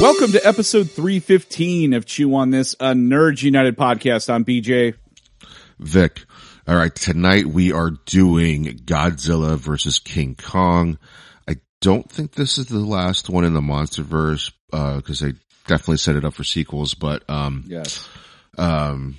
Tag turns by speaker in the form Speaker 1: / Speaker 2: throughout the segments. Speaker 1: Welcome to episode 315 of Chew on This, a Nerds United podcast. I'm BJ.
Speaker 2: Vic. All right. Tonight we are doing Godzilla versus King Kong. I don't think this is the last one in the Monsterverse, uh, cause they definitely set it up for sequels, but, um,
Speaker 1: Yes.
Speaker 2: um,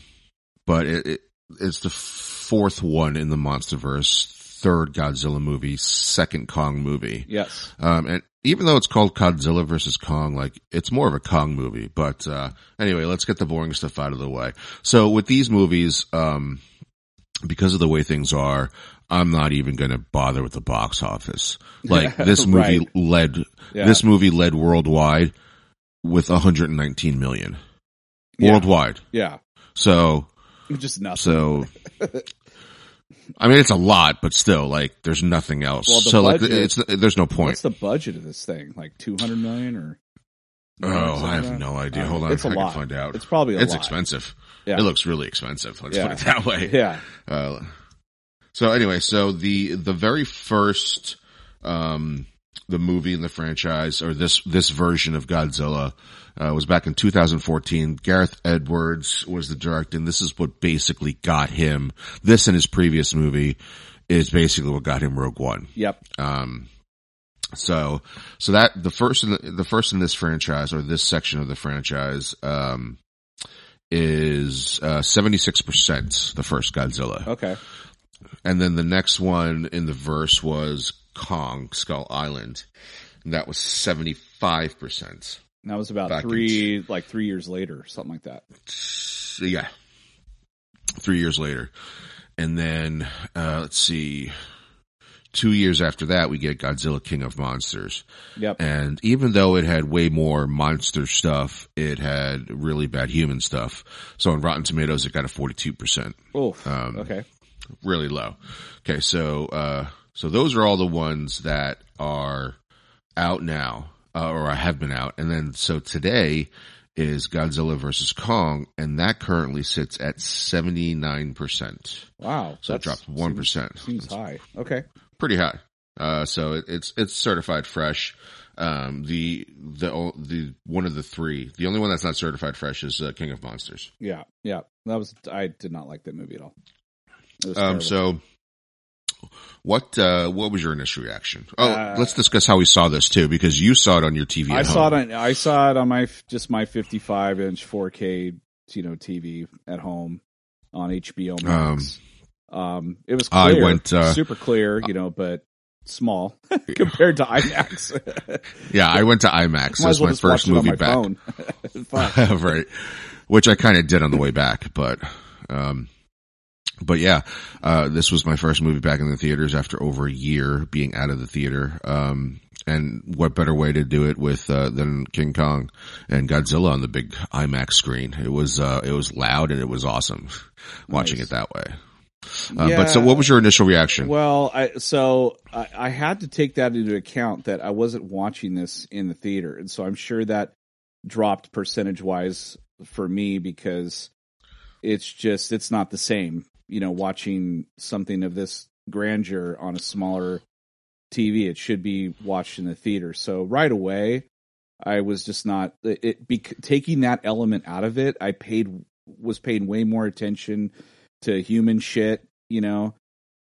Speaker 2: but it, it, it's the fourth one in the Monsterverse, third Godzilla movie, second Kong movie.
Speaker 1: Yes.
Speaker 2: Um, and even though it's called Godzilla versus Kong, like it's more of a Kong movie. But uh, anyway, let's get the boring stuff out of the way. So with these movies, um, because of the way things are, I'm not even going to bother with the box office. Like this movie
Speaker 1: Right.
Speaker 2: led
Speaker 1: Yeah.
Speaker 2: this movie led worldwide with 119 million
Speaker 1: Yeah.
Speaker 2: worldwide.
Speaker 1: Yeah.
Speaker 2: So
Speaker 1: Just nothing.
Speaker 2: so. I mean, it's a lot, but still, like, there's nothing else.
Speaker 1: Well, the
Speaker 2: so, like,
Speaker 1: budget-
Speaker 2: it's there's no point.
Speaker 1: What's the budget of this thing? Like 200 million or?
Speaker 2: Oh, I have
Speaker 1: Something like
Speaker 2: no
Speaker 1: that?
Speaker 2: idea.
Speaker 1: Uh,
Speaker 2: Hold on,
Speaker 1: It's
Speaker 2: I
Speaker 1: a
Speaker 2: can
Speaker 1: lot.
Speaker 2: find out.
Speaker 1: It's probably a
Speaker 2: It's
Speaker 1: lot.
Speaker 2: expensive.
Speaker 1: Yeah.
Speaker 2: It looks really expensive. Let's
Speaker 1: Yeah.
Speaker 2: put it that way.
Speaker 1: Yeah.
Speaker 2: Uh, so anyway, so the the very first um the movie in the franchise or this this version of Godzilla uh, was back in 2014. Gareth Edwards was the director, and this is what basically got him. This and his previous movie is basically what got him Rogue One.
Speaker 1: Yep.
Speaker 2: Um, so, so that the first in the, the first in this franchise or this section of the franchise, um, is seventy six percent the first Godzilla,
Speaker 1: Okay.
Speaker 2: and then the next one in the verse was Kong Skull Island, and that was seventy five percent.
Speaker 1: And that was about
Speaker 2: Back in-
Speaker 1: three, like three years later, something like that.
Speaker 2: Yeah, three years later, and then uh, let's see, two years after that we get Godzilla King of Monsters.
Speaker 1: Yep.
Speaker 2: And even though it had way more monster stuff, it had really bad human stuff. So on Rotten Tomatoes, it got a 42%.
Speaker 1: Oof.
Speaker 2: um,
Speaker 1: okay.
Speaker 2: Really low. Okay. So, uh, so those are all the ones that are out now, uh, or have been out. And then, so today is Godzilla versus Kong, and that currently sits at 79%.
Speaker 1: Wow.
Speaker 2: So it
Speaker 1: That's-
Speaker 2: dropped 1%.
Speaker 1: Seems, seems high. Okay.
Speaker 2: pretty high. Uh, so it, it's it's certified fresh. Um, the the o- the one of the three. The only one that's not certified fresh is uh, King of Monsters.
Speaker 1: Yeah. Yeah. That was, I did not like that movie at all. It was
Speaker 2: Um,
Speaker 1: terrible.
Speaker 2: so what uh, what was your initial reaction? Oh,
Speaker 1: Uh,
Speaker 2: let's discuss how we saw this too, because you saw it on your TV. At
Speaker 1: I saw it
Speaker 2: home.
Speaker 1: on I saw it on my just my 55 inch 4K you know TV at home on HBO Max. Um, it was
Speaker 2: I
Speaker 1: clear,
Speaker 2: went, uh,
Speaker 1: super clear, you know, but small compared to IMAX.
Speaker 2: Yeah, I went to IMAX.
Speaker 1: Might
Speaker 2: That's
Speaker 1: as well
Speaker 2: my
Speaker 1: just
Speaker 2: first
Speaker 1: watch it on
Speaker 2: movie
Speaker 1: my
Speaker 2: back.
Speaker 1: phone. Fuck.
Speaker 2: right. Which I kind of did on the way back, but, um, but yeah, uh, this was my first movie back in the theaters after over a year being out of the theater. Um, and what better way to do it with, uh, than King Kong and Godzilla on the big IMAX screen. It was, uh, it was loud and it was awesome watching
Speaker 1: Nice.
Speaker 2: it that way. Uh, But so
Speaker 1: Yeah.
Speaker 2: what was your initial reaction?
Speaker 1: Well, I, so I, I had to take that into account that I wasn't watching this in the theater, and so I'm sure that dropped percentage wise for me because it's just it's not the same, you know, watching something of this grandeur on a smaller TV. It should be watched in the theater. So right away, I was just not it, it bec taking that element out of it. I paid was paying way more attention to human shit, you know.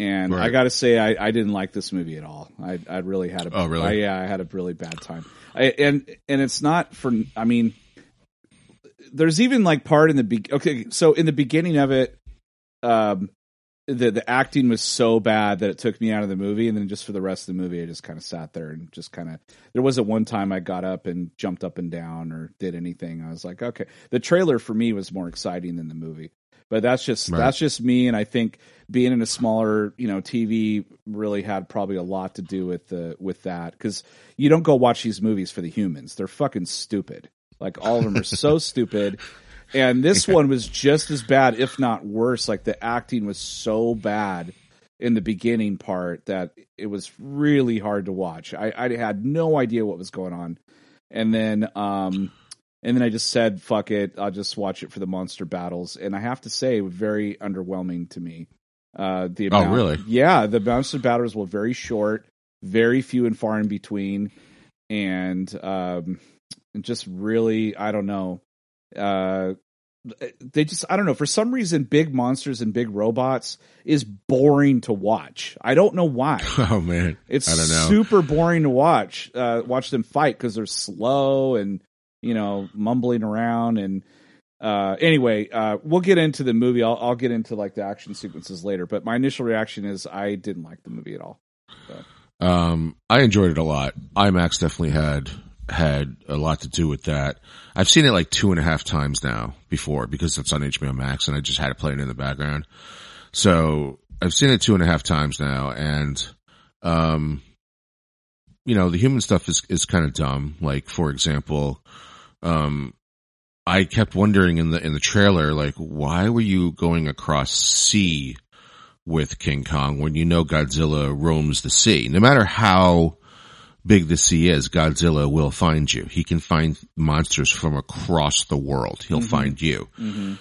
Speaker 1: And I
Speaker 2: Right.
Speaker 1: got to say, I, I didn't like this movie at all. I I really had a
Speaker 2: Oh, really?
Speaker 1: I- yeah, I had a really bad time. I, and and it's not for. I mean, there's even like part in the be- okay. So in the beginning of it, um, the the acting was so bad that it took me out of the movie, and then just for the rest of the movie, I just kind of sat there and just kind of. There wasn't one time I got up and jumped up and down or did anything. I was like, okay. The trailer for me was more exciting than the movie, but that's just
Speaker 2: Right.
Speaker 1: that's just me, and I think being in a smaller you know TV really had probably a lot to do with the with that because you don't go watch these movies for the humans. They're fucking stupid. Like all of them are so stupid. And this one was just as bad, if not worse. Like the acting was so bad in the beginning part that it was really hard to watch. I, I had no idea what was going on. And then um and then I just said, fuck it, I'll just watch it for the monster battles. And I have to say, very underwhelming to me. Uh the
Speaker 2: Oh,
Speaker 1: amount,
Speaker 2: really?
Speaker 1: Yeah, the monster battles were very short, very few and far in between, and um just really I don't know. Uh they just I don't know for some reason big monsters and big robots is boring to watch. I don't know why.
Speaker 2: Oh man,
Speaker 1: It's
Speaker 2: I don't know.
Speaker 1: super boring to watch. Uh, watch them fight because they're slow and you know mumbling around. And uh, anyway, uh, we'll get into the movie. I'll, I'll get into like the action sequences later. But my initial reaction is I didn't like the movie at all.
Speaker 2: Um, I enjoyed it a lot. IMAX definitely had had a lot to do with that. I've seen it like two and a half times now before because it's on HBO Max and I just had it playing in the background. So I've seen it two and a half times now and, um, you know, the human stuff is, is kind of dumb. Like, for example, um, I kept wondering in the, in the trailer, like, why were you going across sea with King Kong when you know Godzilla roams the sea. No matter how big the sea is, Godzilla will find you. He can find monsters from across the world. He'll find you.
Speaker 1: Mm-hmm.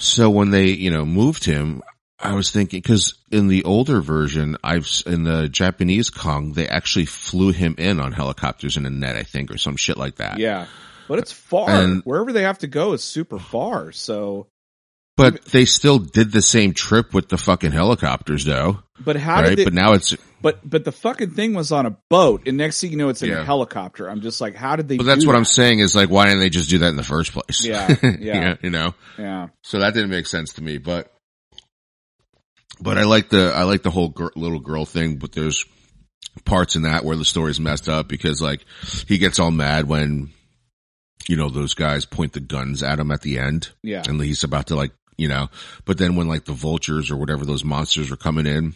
Speaker 2: So when they, you know, moved him, I was thinking, cause in the older version, I've, s- in the Japanese Kong, they actually flew him in on helicopters in a net, I think, or some shit like that.
Speaker 1: Yeah, but it's far.
Speaker 2: And-
Speaker 1: Wherever they have to go is super far. So,
Speaker 2: But they still did the same trip with the fucking helicopters though,
Speaker 1: but how
Speaker 2: right?
Speaker 1: did they,
Speaker 2: but now it's,
Speaker 1: But but the fucking thing was on a boat, and next thing you know, it's in a
Speaker 2: Yeah.
Speaker 1: helicopter. I'm just like, how did they?
Speaker 2: but that's
Speaker 1: do
Speaker 2: what
Speaker 1: that?
Speaker 2: I'm saying is like, why didn't they just do that in the first place?
Speaker 1: Yeah, yeah.
Speaker 2: you know.
Speaker 1: Yeah,
Speaker 2: So that didn't make sense to me, but but I like the I like the whole gir little girl thing, but there's parts in that where the story's messed up because like he gets all mad when you know those guys point the guns at him at the end
Speaker 1: yeah,
Speaker 2: and he's about to like you know, but then when like the vultures or whatever those monsters are coming in,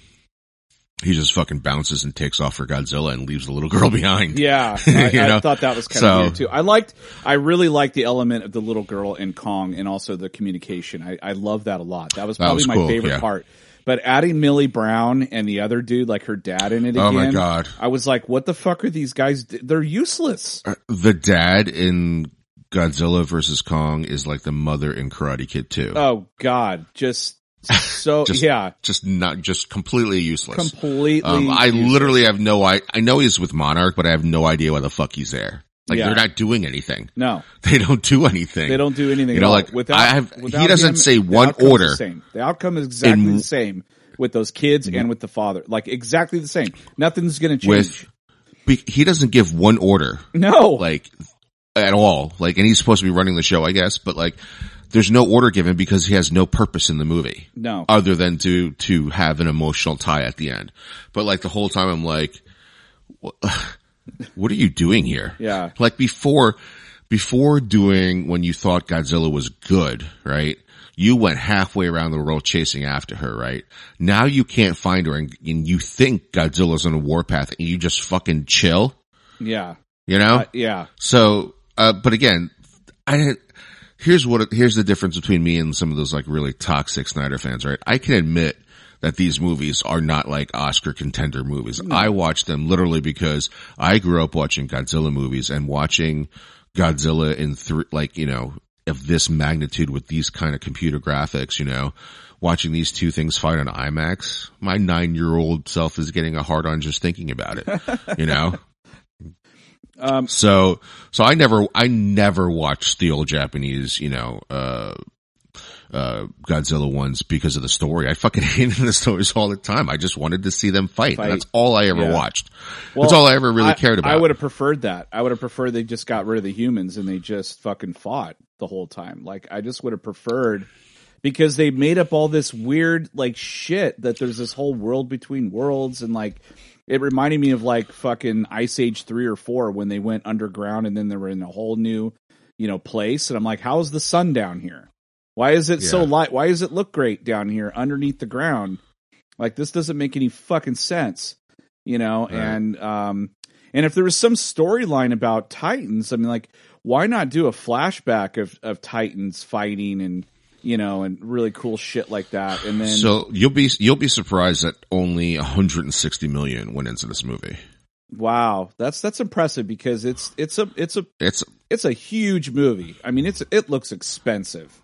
Speaker 2: he just fucking bounces and takes off for Godzilla and leaves the little girl behind.
Speaker 1: yeah.
Speaker 2: You
Speaker 1: I, I
Speaker 2: know?
Speaker 1: thought that was kind
Speaker 2: So-
Speaker 1: of weird too. I liked, I really liked the element of the little girl and Kong, and also the communication. I, I love that a lot. That was
Speaker 2: That
Speaker 1: probably
Speaker 2: was
Speaker 1: my
Speaker 2: cool,
Speaker 1: favorite
Speaker 2: yeah.
Speaker 1: part. But adding Millie Brown and the other dude, like her dad, in it again.
Speaker 2: Oh my God.
Speaker 1: I was like, what the fuck are these guys? d- They're useless.
Speaker 2: Uh, The dad in Godzilla versus Kong is like the mother in Karate Kid too.
Speaker 1: Oh God, just so
Speaker 2: Just
Speaker 1: yeah,
Speaker 2: just not just completely useless.
Speaker 1: completely.
Speaker 2: um, I
Speaker 1: useless.
Speaker 2: literally have no I I know he's with Monarch, but I have no idea why the fuck he's there. Like
Speaker 1: Yeah.
Speaker 2: they're not doing anything.
Speaker 1: no.
Speaker 2: They don't do anything.
Speaker 1: They don't do anything.
Speaker 2: You
Speaker 1: at
Speaker 2: know,
Speaker 1: all.
Speaker 2: like,
Speaker 1: without,
Speaker 2: I have- he
Speaker 1: without
Speaker 2: doesn't
Speaker 1: him,
Speaker 2: say
Speaker 1: the
Speaker 2: one
Speaker 1: outcome's
Speaker 2: order.
Speaker 1: The, same. the outcome is exactly
Speaker 2: In-
Speaker 1: the same with those kids and with the father. Like exactly the same. Nothing's going to
Speaker 2: with
Speaker 1: change.
Speaker 2: be, he doesn't give one order
Speaker 1: no.
Speaker 2: like at all. Like and he's supposed to be running the show, I guess, but like there's no order given because he has no purpose in the movie.
Speaker 1: no.
Speaker 2: other than to to have an emotional tie at the end. But like the whole time, I'm like, "Wha- what are you doing here?
Speaker 1: Yeah.
Speaker 2: Like before, before doing when you thought Godzilla was good, right? You went halfway around the world chasing after her, right? Now you can't find her and, and you think Godzilla's on a warpath and you just fucking chill,
Speaker 1: yeah.
Speaker 2: you know?
Speaker 1: Uh, yeah.
Speaker 2: So, uh, but again, I didn't, here's what, here's the difference between me and some of those like really toxic Snyder fans, right? I can admit that these movies are not like Oscar contender movies. I watch them literally because I grew up watching Godzilla movies and watching Godzilla in three, like, you know, of this magnitude with these kind of computer graphics, you know, watching these two things fight on IMAX, my nine year old self is getting a hard on just thinking about it, you know?
Speaker 1: Um,
Speaker 2: So, so I never, I never watched the old Japanese, you know, uh, uh, Godzilla ones because of the story. I fucking hated the stories all the time. I just wanted to see them fight.
Speaker 1: Fight.
Speaker 2: And that's all I ever
Speaker 1: Yeah.
Speaker 2: watched.
Speaker 1: Well,
Speaker 2: that's all I ever really
Speaker 1: I-
Speaker 2: cared about.
Speaker 1: I would have preferred that. I would have preferred they just got rid of the humans and they just fucking fought the whole time. Like I just would have preferred because they made up all this weird like shit that there's this whole world between worlds and like it reminded me of like fucking Ice Age 3 or 4 when they went underground and then they were in a whole new, you know, place and I'm like how's the sun down here? Why is it so
Speaker 2: Yeah.
Speaker 1: light? Why does it look great down here underneath the ground? Like this doesn't make any fucking sense you know
Speaker 2: Right.
Speaker 1: and um and if there was some storyline about titans i mean like why not do a flashback of of titans fighting and you know and really cool shit like that and then
Speaker 2: so you'll be you'll be surprised that only 160 million went into this movie.
Speaker 1: wow that's that's impressive because it's it's a it's a
Speaker 2: It's
Speaker 1: it's a huge movie i mean it's it looks expensive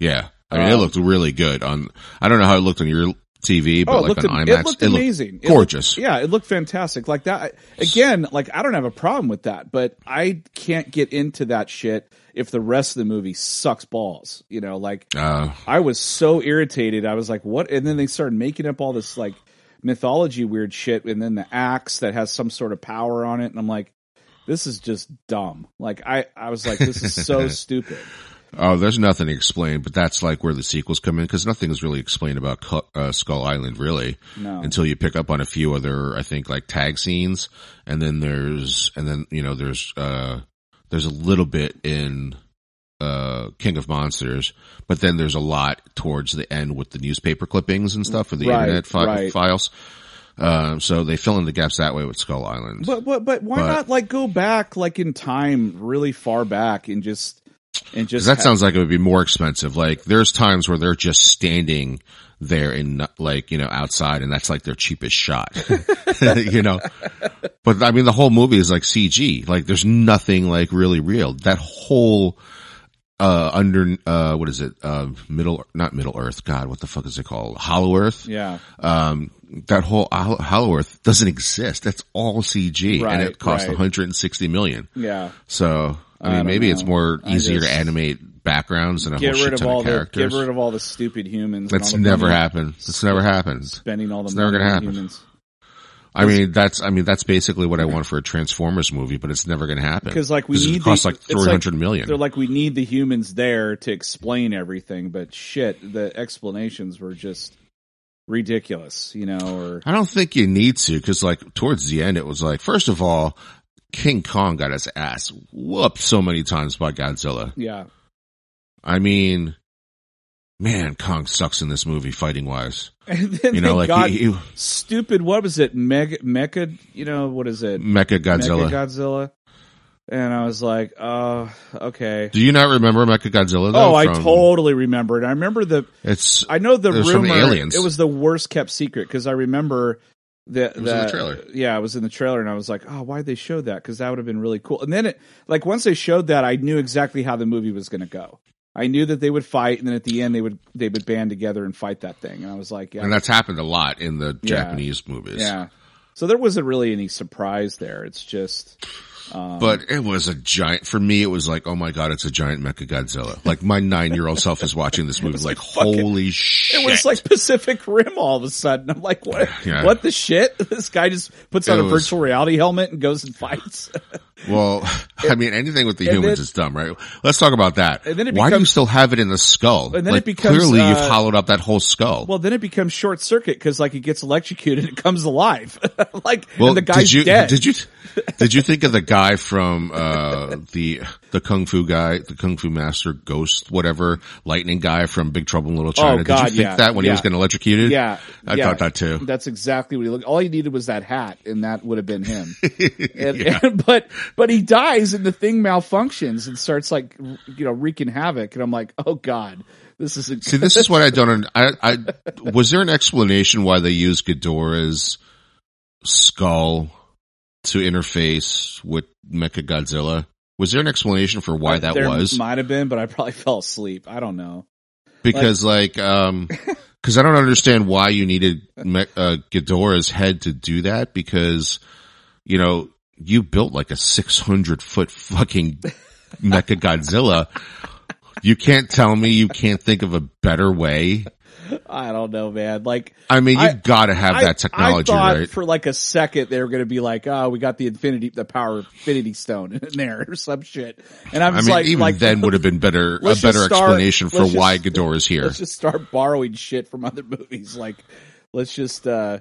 Speaker 2: yeah. I mean, it
Speaker 1: Wow.
Speaker 2: looked really good on. I don't know how it looked on your TV, but
Speaker 1: oh it
Speaker 2: like
Speaker 1: looked
Speaker 2: on
Speaker 1: am-
Speaker 2: IMAX,
Speaker 1: it looked amazing It looked- e
Speaker 2: gorgeous.
Speaker 1: yeah it looked fantastic like that again like i don't have a problem with that but i can't get into that shit if the rest of the movie sucks balls you know like
Speaker 2: Uh,
Speaker 1: I was so irritated. I was like, what? And then they started making up all this like mythology weird shit. And then the axe that has some sort of power on it. And I'm like, this is just dumb. Like I, I was like, this is so stupid.
Speaker 2: Oh, there's nothing explained, but that's like where the sequels come in because nothing is really explained about Cu- uh, Skull Island really
Speaker 1: No.
Speaker 2: until you pick up on a few other, I think, like tag scenes, and then there's, and then you know, there's, uh, there's a little bit in uh, King of Monsters, but then there's a lot towards the end with the newspaper clippings and stuff for the
Speaker 1: Right,
Speaker 2: internet fi-
Speaker 1: right.
Speaker 2: files. Um, so they fill in the gaps that way with Skull Island.
Speaker 1: But but but why
Speaker 2: But-
Speaker 1: not like go back like in time really far back and just and just
Speaker 2: 'Cause that
Speaker 1: have-
Speaker 2: sounds like it would be more expensive. Like there's times where they're just standing there in like, you know, outside and that's like their cheapest shot, you know, but I mean, the whole movie is like CG. Like there's nothing like really real. That whole, uh, under, uh, what is it? Uh, middle, not middle earth. God, what the fuck is it called? Hollow earth.
Speaker 1: yeah
Speaker 2: Um, that whole Hol- Hollow earth doesn't exist. That's all CG and
Speaker 1: Right,
Speaker 2: it cost
Speaker 1: right.
Speaker 2: 160 million.
Speaker 1: yeah
Speaker 2: So I mean,
Speaker 1: don't
Speaker 2: maybe it's
Speaker 1: know.
Speaker 2: more
Speaker 1: I
Speaker 2: easier
Speaker 1: just-
Speaker 2: to animate backgrounds and a
Speaker 1: get
Speaker 2: whole
Speaker 1: rid
Speaker 2: shit
Speaker 1: of
Speaker 2: ton
Speaker 1: all
Speaker 2: of
Speaker 1: the get
Speaker 2: characters.
Speaker 1: rid of all the stupid humans and
Speaker 2: That's
Speaker 1: all the
Speaker 2: never
Speaker 1: money-
Speaker 2: happened. That's never happened.
Speaker 1: spending all the
Speaker 2: It's
Speaker 1: money
Speaker 2: never gonna
Speaker 1: on
Speaker 2: happen.
Speaker 1: humans
Speaker 2: I mean, that's I mean, that's basically what I want for a Transformers movie, but it's never going to happen
Speaker 1: 'Cause, like, we
Speaker 2: it
Speaker 1: need
Speaker 2: costs
Speaker 1: the-
Speaker 2: like
Speaker 1: it's like-
Speaker 2: three hundred million.
Speaker 1: They're like, we need the humans there to explain everything, but shit, the explanations were just ridiculous, you know, or
Speaker 2: I don't think you need to because like towards the end, it was like first of all, King Kong got his ass whooped so many times by Godzilla.
Speaker 1: yeah.
Speaker 2: I mean, man, Kong sucks in this movie fighting wise.
Speaker 1: And then
Speaker 2: You know,
Speaker 1: they
Speaker 2: like
Speaker 1: got
Speaker 2: he, he,
Speaker 1: stupid what was it? Mega Mecha you know, what is it?
Speaker 2: Mecha Godzilla.
Speaker 1: Mega Godzilla. And I was like, oh, okay.
Speaker 2: Do you not remember Mecha Godzilla?
Speaker 1: Oh, I totally remember it. I remember the
Speaker 2: It's
Speaker 1: I know the
Speaker 2: It was from
Speaker 1: rumor.
Speaker 2: Aliens.
Speaker 1: It was the worst kept secret because I remember the,
Speaker 2: was in the trailer.
Speaker 1: Yeah, it was in the trailer, and I was like, "Oh, why'd they show that? Because that would have been really cool." And then it, like, once they showed that, I knew exactly how the movie was going to go. I knew that they would fight, and then at the end, they would they would band together and fight that thing. And I was like, "Yeah,
Speaker 2: and that's happened a lot in the
Speaker 1: Yeah.
Speaker 2: Japanese movies.
Speaker 1: yeah." So there wasn't really any surprise there. It's just, um,
Speaker 2: But it was a giant for me. It was like, oh my god, it's a giant Mecha Godzilla. Like my nine year old self is watching this movie, like,
Speaker 1: fucking-
Speaker 2: holy shit!
Speaker 1: it was like Pacific Rim all of a sudden. I'm like, what?
Speaker 2: Yeah.
Speaker 1: What the shit? This guy just puts
Speaker 2: It
Speaker 1: on a
Speaker 2: was-
Speaker 1: virtual reality helmet and goes and fights.
Speaker 2: well, I mean, anything with the
Speaker 1: and
Speaker 2: humans
Speaker 1: then-
Speaker 2: is dumb, right? Let's talk about that.
Speaker 1: And then it
Speaker 2: Why do you
Speaker 1: becomes-
Speaker 2: still have it in the skull?
Speaker 1: And then it
Speaker 2: Like,
Speaker 1: becomes,
Speaker 2: clearly you've
Speaker 1: uh,
Speaker 2: hollowed up that whole skull.
Speaker 1: Well, then it becomes short circuit because like it gets electrocuted and it comes alive. like
Speaker 2: Well,
Speaker 1: and the guy's
Speaker 2: did you,
Speaker 1: dead.
Speaker 2: Did you did you think of the guy from uh the the kung fu guy, the kung fu master, ghost, whatever, lightning guy from Big Trouble in Little China?
Speaker 1: Oh, God,
Speaker 2: did you think
Speaker 1: yeah,
Speaker 2: that when he was
Speaker 1: yeah.
Speaker 2: getting electrocuted?
Speaker 1: yeah,
Speaker 2: I
Speaker 1: yeah.
Speaker 2: thought that too.
Speaker 1: That's exactly what he looked. All he needed was that hat, and that would have been him. And, and- but but he dies, and the thing malfunctions and starts like you know wreaking havoc. And I'm like, oh god, this is
Speaker 2: See, this is what I don't. un- I, I was there an explanation why they used Ghidorah's skull to interface with Mecha Godzilla? Was there an explanation for why that
Speaker 1: Uh, there
Speaker 2: was?
Speaker 1: might have been, but I probably fell asleep. I don't know.
Speaker 2: because like, um 'cause because I don't understand why you needed Me- uh, Ghidorah's head to do that because you know you built like a six hundred foot fucking Mecha Godzilla You can't tell me you can't think of a better way.
Speaker 1: I don't know, man. Like
Speaker 2: I mean,
Speaker 1: I-
Speaker 2: you've got to have
Speaker 1: I-
Speaker 2: that technology,
Speaker 1: I thought
Speaker 2: right?
Speaker 1: for like a second they were going to be like, "Oh, we got the infinity, the power of infinity stone in there or some shit," and I'm
Speaker 2: I
Speaker 1: just
Speaker 2: mean,
Speaker 1: like,
Speaker 2: even
Speaker 1: like
Speaker 2: then would have been better, a
Speaker 1: let's just
Speaker 2: better
Speaker 1: start-
Speaker 2: explanation for
Speaker 1: let's just-
Speaker 2: why Ghidorah is here.
Speaker 1: let's just start borrowing shit from other movies. Like, let's just, uh,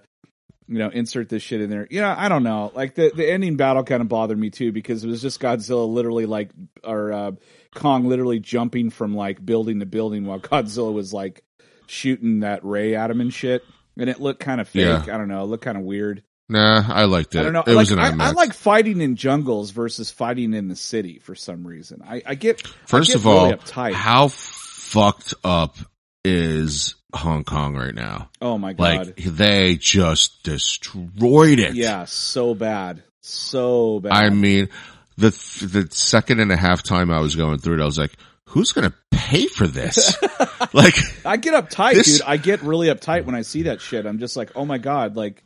Speaker 1: you know, insert this shit in there. You know, I don't know. Like the, the ending battle kind of bothered me too because it was just Godzilla literally like, or, uh, Kong literally jumping from like building to building while Godzilla was like shooting that ray at him and shit. And it looked kind of fake.
Speaker 2: Yeah.
Speaker 1: I don't know. It looked kind of weird.
Speaker 2: nah, I liked it.
Speaker 1: I don't know.
Speaker 2: It
Speaker 1: like,
Speaker 2: was an
Speaker 1: I,
Speaker 2: IMAX.
Speaker 1: I like fighting in jungles versus fighting in the city for some reason. I, I get I
Speaker 2: First
Speaker 1: get
Speaker 2: of all,
Speaker 1: really uptight.
Speaker 2: how fucked up is Hong Kong right now?
Speaker 1: oh my god!
Speaker 2: Like they just destroyed it.
Speaker 1: Yeah, so bad, so bad.
Speaker 2: I mean, the the second and a half time I was going through it, I was like, "Who's going to pay for this?" like,
Speaker 1: I get uptight,
Speaker 2: This-
Speaker 1: dude. I get really uptight when I see that shit. I'm just like, oh my god, like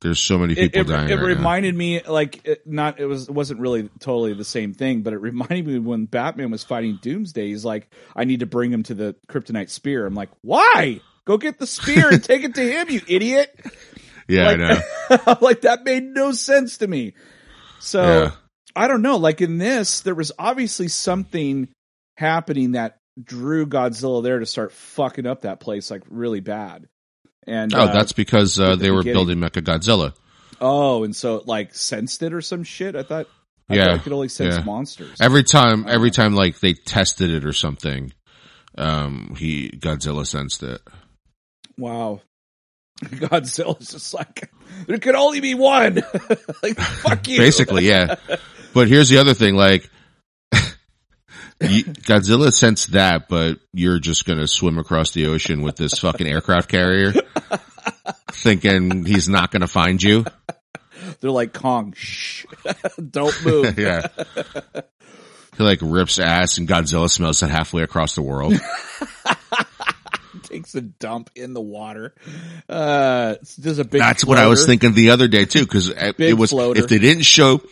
Speaker 2: there's so many
Speaker 1: it.
Speaker 2: people
Speaker 1: It,
Speaker 2: dying.
Speaker 1: it
Speaker 2: right now.
Speaker 1: reminded me, like, it, not it was it wasn't really totally the same thing, but it reminded me when Batman was fighting Doomsday. He's like, I need to bring him to the kryptonite spear. I'm like, why? Go get the spear and take it to him, you idiot!
Speaker 2: Yeah,
Speaker 1: like,
Speaker 2: I know.
Speaker 1: like that made no sense to me. So
Speaker 2: Yeah.
Speaker 1: I don't know. Like in this, there was obviously something happening that drew Godzilla there to start fucking up that place like really bad. And
Speaker 2: Oh,
Speaker 1: uh,
Speaker 2: that's because uh,
Speaker 1: at the
Speaker 2: they were
Speaker 1: beginning.
Speaker 2: building Mecha Godzilla.
Speaker 1: oh, and so it like sensed it or some shit. I thought I
Speaker 2: Yeah,
Speaker 1: thought it could only sense
Speaker 2: yeah.
Speaker 1: monsters.
Speaker 2: Every time, every time, like they tested it or something, um, he Godzilla sensed it.
Speaker 1: wow. Godzilla's just like there could only be one. like fuck you.
Speaker 2: Basically, yeah. But here's the other thing, like. you- Godzilla sensed that, but you're just gonna swim across the ocean with this fucking aircraft carrier, thinking he's not gonna find you.
Speaker 1: They're like Kong, shh. don't move.
Speaker 2: yeah. He like rips ass and Godzilla smells it halfway across the world.
Speaker 1: Takes a dump in the water. Uh it's just a big
Speaker 2: That's what I was
Speaker 1: floater.
Speaker 2: thinking the other day too, cause I-
Speaker 1: Big
Speaker 2: it was,
Speaker 1: floater.
Speaker 2: if they didn't show,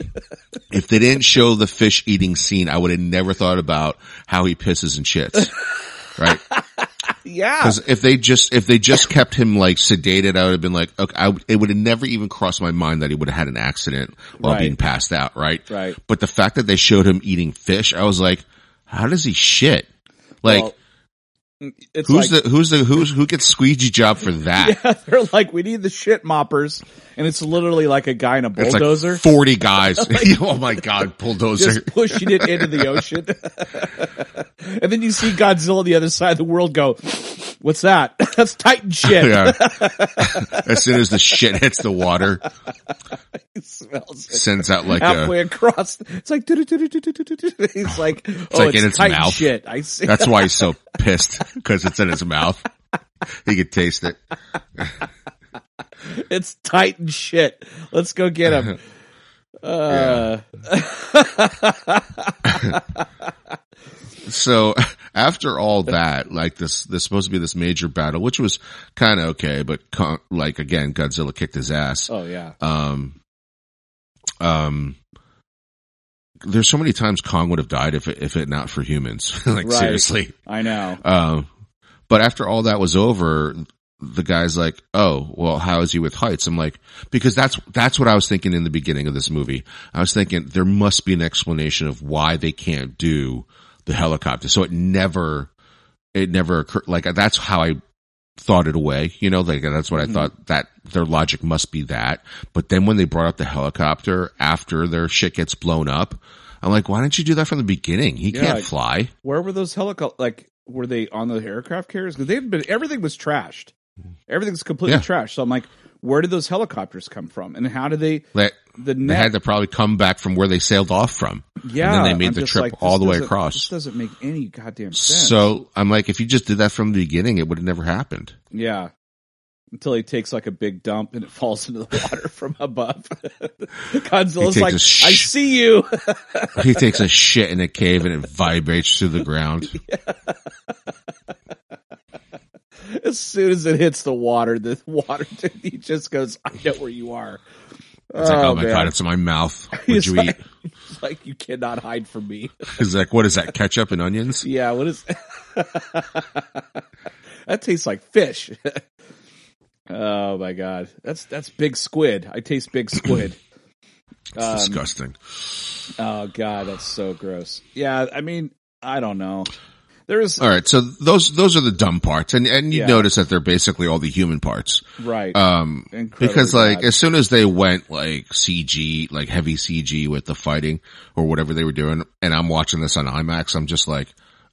Speaker 2: if they didn't show the fish eating scene, I would have never thought about how he pisses and shits. Right.
Speaker 1: Yeah.
Speaker 2: Cause if they just, if they just kept him like sedated, I would have been like, okay, I, would- it would have never even crossed my mind that he would have had an accident while
Speaker 1: Right.
Speaker 2: being passed out. Right.
Speaker 1: Right.
Speaker 2: But the fact that they showed him eating fish, I was like, how does he shit? Like,
Speaker 1: Well, it's
Speaker 2: Who's
Speaker 1: like,
Speaker 2: the who's the who's who gets squeegee job for that?
Speaker 1: yeah, they're like, we need the shit moppers, and it's literally like a guy in a
Speaker 2: it's like
Speaker 1: bulldozer
Speaker 2: forty guys. oh my god, bulldozer!
Speaker 1: just pushing it into the ocean, and then you see Godzilla the other side of the world go, "What's that? That's Titan shit."
Speaker 2: yeah. as soon as the shit hits the water,
Speaker 1: He smells it
Speaker 2: sends out like a.
Speaker 1: halfway across. It's like, "Do-do-do-do-do-do-do-do-do." he's like, "Oh, it's,
Speaker 2: like in its
Speaker 1: Titan
Speaker 2: mouth.
Speaker 1: shit." I see.
Speaker 2: That's why he's so pissed because it's in his mouth. He could taste it.
Speaker 1: It's Titan shit. Let's go get him. Uh,
Speaker 2: So after all that, like this, there's supposed to be this major battle, which was kind of okay, but con- like again, Godzilla kicked his ass.
Speaker 1: Oh yeah.
Speaker 2: um um there's so many times Kong would have died if it, if it not for humans. like
Speaker 1: Right.
Speaker 2: seriously.
Speaker 1: I know.
Speaker 2: Um but after all that was over, the guy's like, "Oh, well, how is he with heights?" I'm like, because that's that's what I was thinking in the beginning of this movie. I was thinking there must be an explanation of why they can't do the helicopter. So it never it never occurred like that's how I thought it away, you know, like that's what I thought that their logic must be that. But then when they brought up the helicopter after their shit gets blown up, I'm like, why didn't you do that from the beginning? He
Speaker 1: Yeah,
Speaker 2: can't
Speaker 1: like-
Speaker 2: fly.
Speaker 1: Where were those helicopters? Like, were they on the aircraft carriers? Because they've been everything was trashed. Everything's completely
Speaker 2: Mm-hmm. Yeah.
Speaker 1: trashed. So I'm like, where did those helicopters come from? And how did they?
Speaker 2: Like,
Speaker 1: The
Speaker 2: they
Speaker 1: net,
Speaker 2: had to probably come back from where they sailed off from. and
Speaker 1: yeah.
Speaker 2: then they made
Speaker 1: I'm
Speaker 2: the
Speaker 1: just
Speaker 2: trip
Speaker 1: like, this
Speaker 2: all the way
Speaker 1: doesn't-
Speaker 2: across.
Speaker 1: This doesn't make any goddamn sense.
Speaker 2: So I'm like, if you just did that from the beginning, it would have never happened.
Speaker 1: yeah, until he takes like a big dump and it falls into the water from above. Godzilla's
Speaker 2: He takes
Speaker 1: like,
Speaker 2: a
Speaker 1: I
Speaker 2: sh-
Speaker 1: see you.
Speaker 2: he takes a shit in a cave and it vibrates through the ground.
Speaker 1: as soon as it hits the water, the water, he just goes, I know where you are.
Speaker 2: It's like, oh,
Speaker 1: Oh,
Speaker 2: my
Speaker 1: man.
Speaker 2: god, it's in my mouth. What'd
Speaker 1: He's
Speaker 2: you
Speaker 1: like,
Speaker 2: eat?
Speaker 1: It's like you cannot hide from me.
Speaker 2: It's like, what is that? Ketchup and onions?
Speaker 1: Yeah, what is that? Tastes like fish. oh my god, that's that's big squid. I taste big squid.
Speaker 2: It's
Speaker 1: Um,
Speaker 2: disgusting.
Speaker 1: Oh god, that's so gross. Yeah, I mean, I don't know. There's
Speaker 2: All right. So those, those are the dumb parts. And, and you
Speaker 1: Yeah.
Speaker 2: notice that they're basically all the human parts.
Speaker 1: right
Speaker 2: Um,
Speaker 1: Incredibly
Speaker 2: because like
Speaker 1: bad.
Speaker 2: as soon as they went like CG, like heavy CG with the fighting or whatever they were doing, and I'm watching this on IMAX, I'm just like,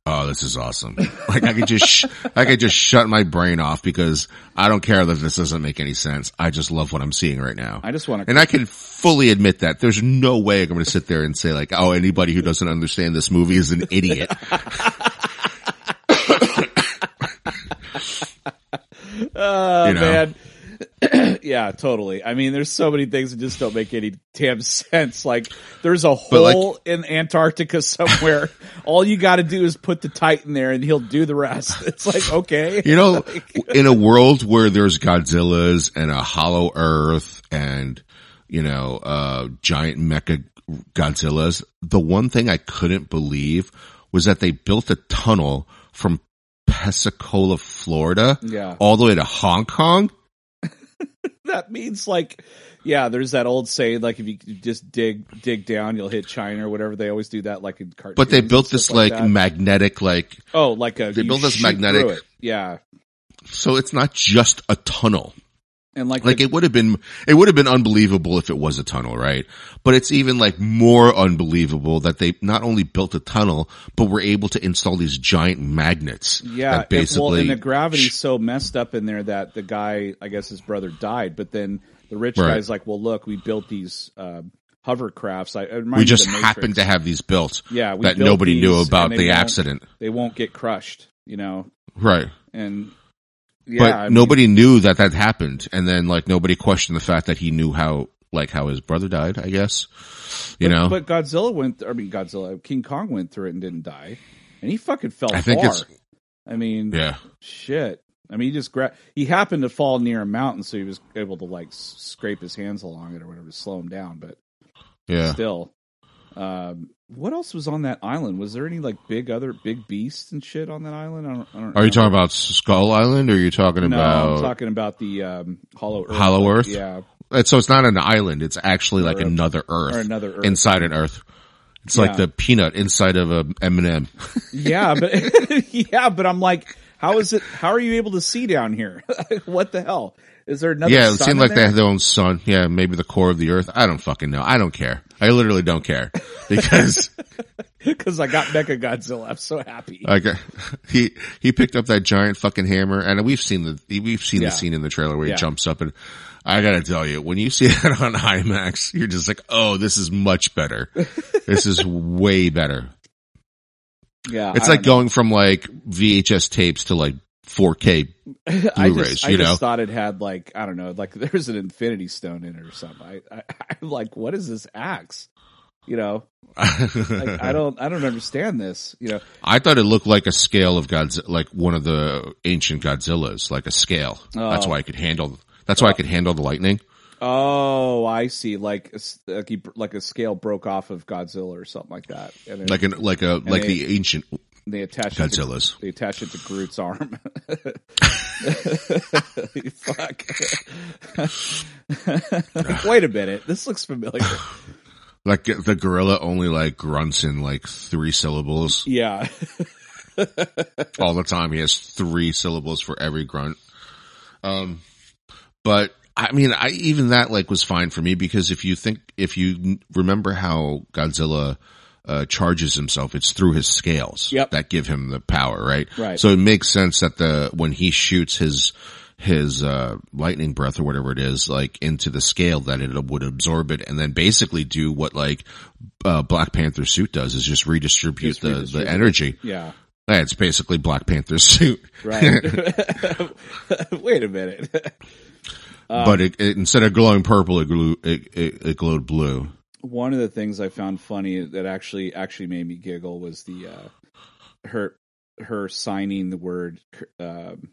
Speaker 2: oh, this is awesome. like I could just, sh- I could just shut my brain off because I don't care that this doesn't make any sense. I just love what I'm seeing right now.
Speaker 1: I just want to
Speaker 2: and I can fully admit that there's no way I'm going to sit there and say like, oh, anybody who doesn't understand this movie is an idiot.
Speaker 1: Oh Oh,
Speaker 2: You know.
Speaker 1: man. yeah, totally. I mean, there's so many things that just don't make any damn sense. Like, there's a
Speaker 2: like-
Speaker 1: hole in Antarctica somewhere. All you got to do is put the Titan there, and he'll do the rest. It's like, okay,
Speaker 2: You know, in a world where there's Godzillas and a hollow earth and, you know, uh, giant mecha Godzillas, the one thing I couldn't believe was that they built a tunnel from Pensacola, Florida
Speaker 1: yeah.
Speaker 2: all the way to Hong Kong.
Speaker 1: Oh, That means like, yeah. There's that old saying, like, if you just dig dig down, you'll hit China or whatever. They always do that, like in cartoons.
Speaker 2: But they
Speaker 1: and
Speaker 2: built
Speaker 1: stuff
Speaker 2: this like,
Speaker 1: that.
Speaker 2: magnetic, like,
Speaker 1: oh, like a
Speaker 2: they
Speaker 1: you
Speaker 2: built this
Speaker 1: shoot
Speaker 2: magnetic-
Speaker 1: through it. yeah,
Speaker 2: so it's not just a tunnel.
Speaker 1: and like
Speaker 2: Like
Speaker 1: the-
Speaker 2: it would have been, it would have been unbelievable if it was a tunnel, right? But it's even like more unbelievable that they not only built a tunnel, but were able to install these giant magnets.
Speaker 1: Yeah,
Speaker 2: that
Speaker 1: it- well,
Speaker 2: basically.
Speaker 1: and the gravity's so messed up in there that the guy, I guess his brother died, but then the rich
Speaker 2: Right.
Speaker 1: guy's like, "Well, look, we built these um, hovercrafts. I, it
Speaker 2: we just happened to have these built
Speaker 1: yeah, we
Speaker 2: that
Speaker 1: built
Speaker 2: nobody knew
Speaker 1: these, and
Speaker 2: about
Speaker 1: they
Speaker 2: the
Speaker 1: won't-
Speaker 2: accident,
Speaker 1: They won't get crushed, you know,
Speaker 2: right?
Speaker 1: and yeah,
Speaker 2: but
Speaker 1: I mean,
Speaker 2: nobody knew that that happened, and then like nobody questioned the fact that he knew how, like how his brother died. I guess, you know.
Speaker 1: But Godzilla went. I mean, Godzilla, King Kong went through it and didn't die, and he fucking fell
Speaker 2: I think
Speaker 1: far.
Speaker 2: it's-
Speaker 1: I mean,
Speaker 2: yeah,
Speaker 1: Shit. I mean, he just grabbed. He happened to fall near a mountain, so he was able to like s- scrape his hands along it or whatever to slow him down. But
Speaker 2: yeah.
Speaker 1: still, um, what else was on that island? Was there any like big other big beasts and shit on that island? I don't. I don't
Speaker 2: Are you
Speaker 1: remember.
Speaker 2: talking about Skull Island, or are you talking
Speaker 1: No,
Speaker 2: about?
Speaker 1: I'm talking about the um, Hollow Earth.
Speaker 2: Hollow Earth?
Speaker 1: Yeah,
Speaker 2: And Uh, so it's not an island. It's actually like another Earth,
Speaker 1: or another Earth.
Speaker 2: inside an Earth. It's
Speaker 1: Yeah.
Speaker 2: like the peanut inside of a M and m
Speaker 1: yeah, but yeah, but I'm like, how is it? How are you able to see down here? what the hell? Is there another?
Speaker 2: Yeah, it
Speaker 1: sun in
Speaker 2: seemed like they
Speaker 1: there?
Speaker 2: had their own sun. Yeah, maybe the core of the Earth. I don't fucking know. I don't care. I literally don't care because
Speaker 1: because I got Mecha Godzilla. I'm so happy.
Speaker 2: like he he picked up that giant fucking hammer, and we've seen the we've seen
Speaker 1: Yeah.
Speaker 2: the scene in the trailer where
Speaker 1: Yeah.
Speaker 2: he jumps up, and I gotta tell you, when you see that on IMAX, you're just like, oh, this is much better. this is way better.
Speaker 1: yeah,
Speaker 2: It's
Speaker 1: I
Speaker 2: like
Speaker 1: don't know.
Speaker 2: going from like VHS tapes to like 4K.
Speaker 1: I
Speaker 2: Blu-rays,
Speaker 1: just,
Speaker 2: you
Speaker 1: I just
Speaker 2: know?
Speaker 1: thought it had like I don't know, like there's an Infinity Stone in it or something. I, I, I'm like, what is this axe? You know, like, I don't, I don't understand this. You know,
Speaker 2: I thought it looked like a scale of Godzilla, like one of the ancient Godzillas, like a scale. That's
Speaker 1: Oh.
Speaker 2: why I could handle. That's why I could handle the lightning.
Speaker 1: oh, I see, like a s- like, he, br- like a scale broke off of Godzilla or something like that, and then
Speaker 2: Like an like a like
Speaker 1: they-
Speaker 2: the ancient
Speaker 1: they attach it to,
Speaker 2: Godzillas.
Speaker 1: they attach it to Groot's arm. Fuck! Wait a minute, this looks familiar.
Speaker 2: Like the gorilla only like grunts in like three syllables
Speaker 1: Yeah.
Speaker 2: all the time. He has three syllables for every grunt. Um, but I mean, I even that like was fine for me because if you think if you n- remember how Godzilla uh, charges himself, it's through his scales
Speaker 1: Yep.
Speaker 2: that give him the power, right?
Speaker 1: Right.
Speaker 2: So it makes sense that the when he shoots his his uh lightning breath or whatever it is like into the scale that it would absorb it and then basically do what like uh Black Panther suit does is just redistribute
Speaker 1: Just
Speaker 2: the
Speaker 1: redistribute
Speaker 2: the
Speaker 1: it.
Speaker 2: energy.
Speaker 1: Yeah.
Speaker 2: Yeah, Eh, it's basically Black Panther suit.
Speaker 1: Right. Wait a minute. Um,
Speaker 2: but it, it, instead of glowing purple, it, glue, it, it, it glowed blue.
Speaker 1: One of the things I found funny that actually actually made me giggle was the uh her her signing the word um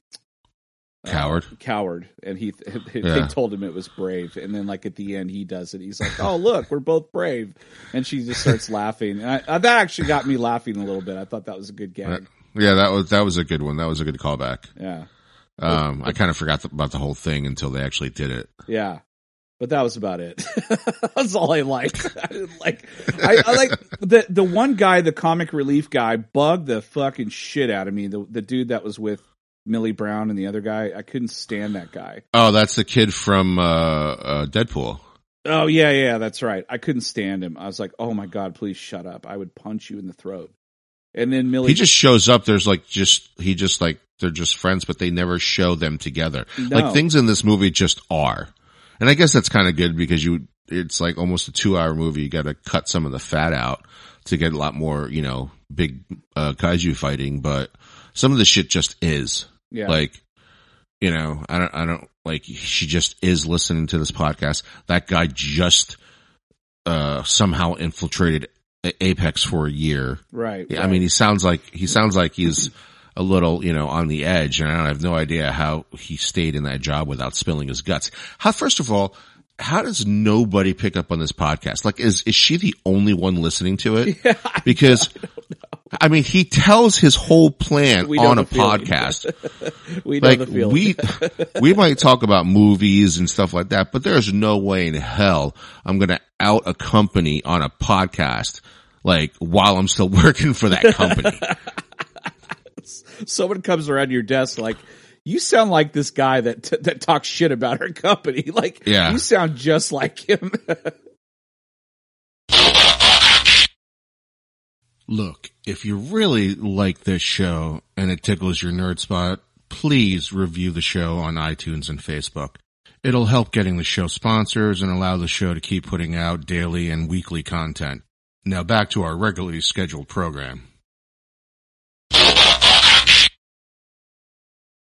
Speaker 2: Coward.
Speaker 1: uh, coward, and he they
Speaker 2: Yeah.
Speaker 1: told him it was brave, and then like at the end he does it. He's like, "Oh look, we're both brave," and she just starts laughing, and I, uh, that actually got me laughing a little bit. I thought that was a good gag.
Speaker 2: Yeah, that was that was a good one. That was a good callback.
Speaker 1: Yeah,
Speaker 2: Um, I kind of forgot th- about the whole thing until they actually did it.
Speaker 1: yeah, but that was about it. That's all I liked. I didn't like I, I like the the one guy, the comic relief guy, bugged the fucking shit out of me. The the dude that was with Millie Brown and the other guy, I couldn't stand that guy.
Speaker 2: Oh, that's the kid from uh, uh, Deadpool.
Speaker 1: Oh yeah, yeah, that's right. I couldn't stand him. I was like, oh my god, please shut up. I would punch you in the throat. And then Millie,
Speaker 2: He just shows up. There's like just he just like they're just friends, but they never show them together.
Speaker 1: No.
Speaker 2: Like things in this movie just are, and I guess that's kind of good because you it's like almost a two hour movie. You got to cut some of the fat out to get a lot more you know big uh, kaiju fighting, but some of the shit just is.
Speaker 1: yeah,
Speaker 2: Like, you know, I don't, I don't like, she just is listening to this podcast. That guy just, uh, somehow infiltrated A- Apex for a year.
Speaker 1: right.
Speaker 2: Yeah, I
Speaker 1: right.
Speaker 2: mean, he sounds like, he sounds like he's a little, you know, on the edge and I don't- I have no idea how he stayed in that job without spilling his guts. How, first of all, how does nobody pick up on this podcast? Like, is, is she the only one listening to it?
Speaker 1: Yeah,
Speaker 2: Because, I mean, he tells his whole plan
Speaker 1: We know
Speaker 2: on
Speaker 1: the
Speaker 2: a
Speaker 1: feeling.
Speaker 2: podcast
Speaker 1: we know
Speaker 2: like
Speaker 1: the feeling.
Speaker 2: we we might talk about movies and stuff like that, but there's no way in hell I'm going to out a company on a podcast like while I'm still working for that company.
Speaker 1: Someone comes around your desk like. You sound like this guy that that talks shit about our company. Like,
Speaker 2: Yeah.
Speaker 1: you sound just like him.
Speaker 2: Look, if you really like this show and it tickles your nerd spot, please review the show on iTunes and Facebook. It'll help getting the show sponsors and allow the show to keep putting out daily and weekly content. Now back to our regularly scheduled program.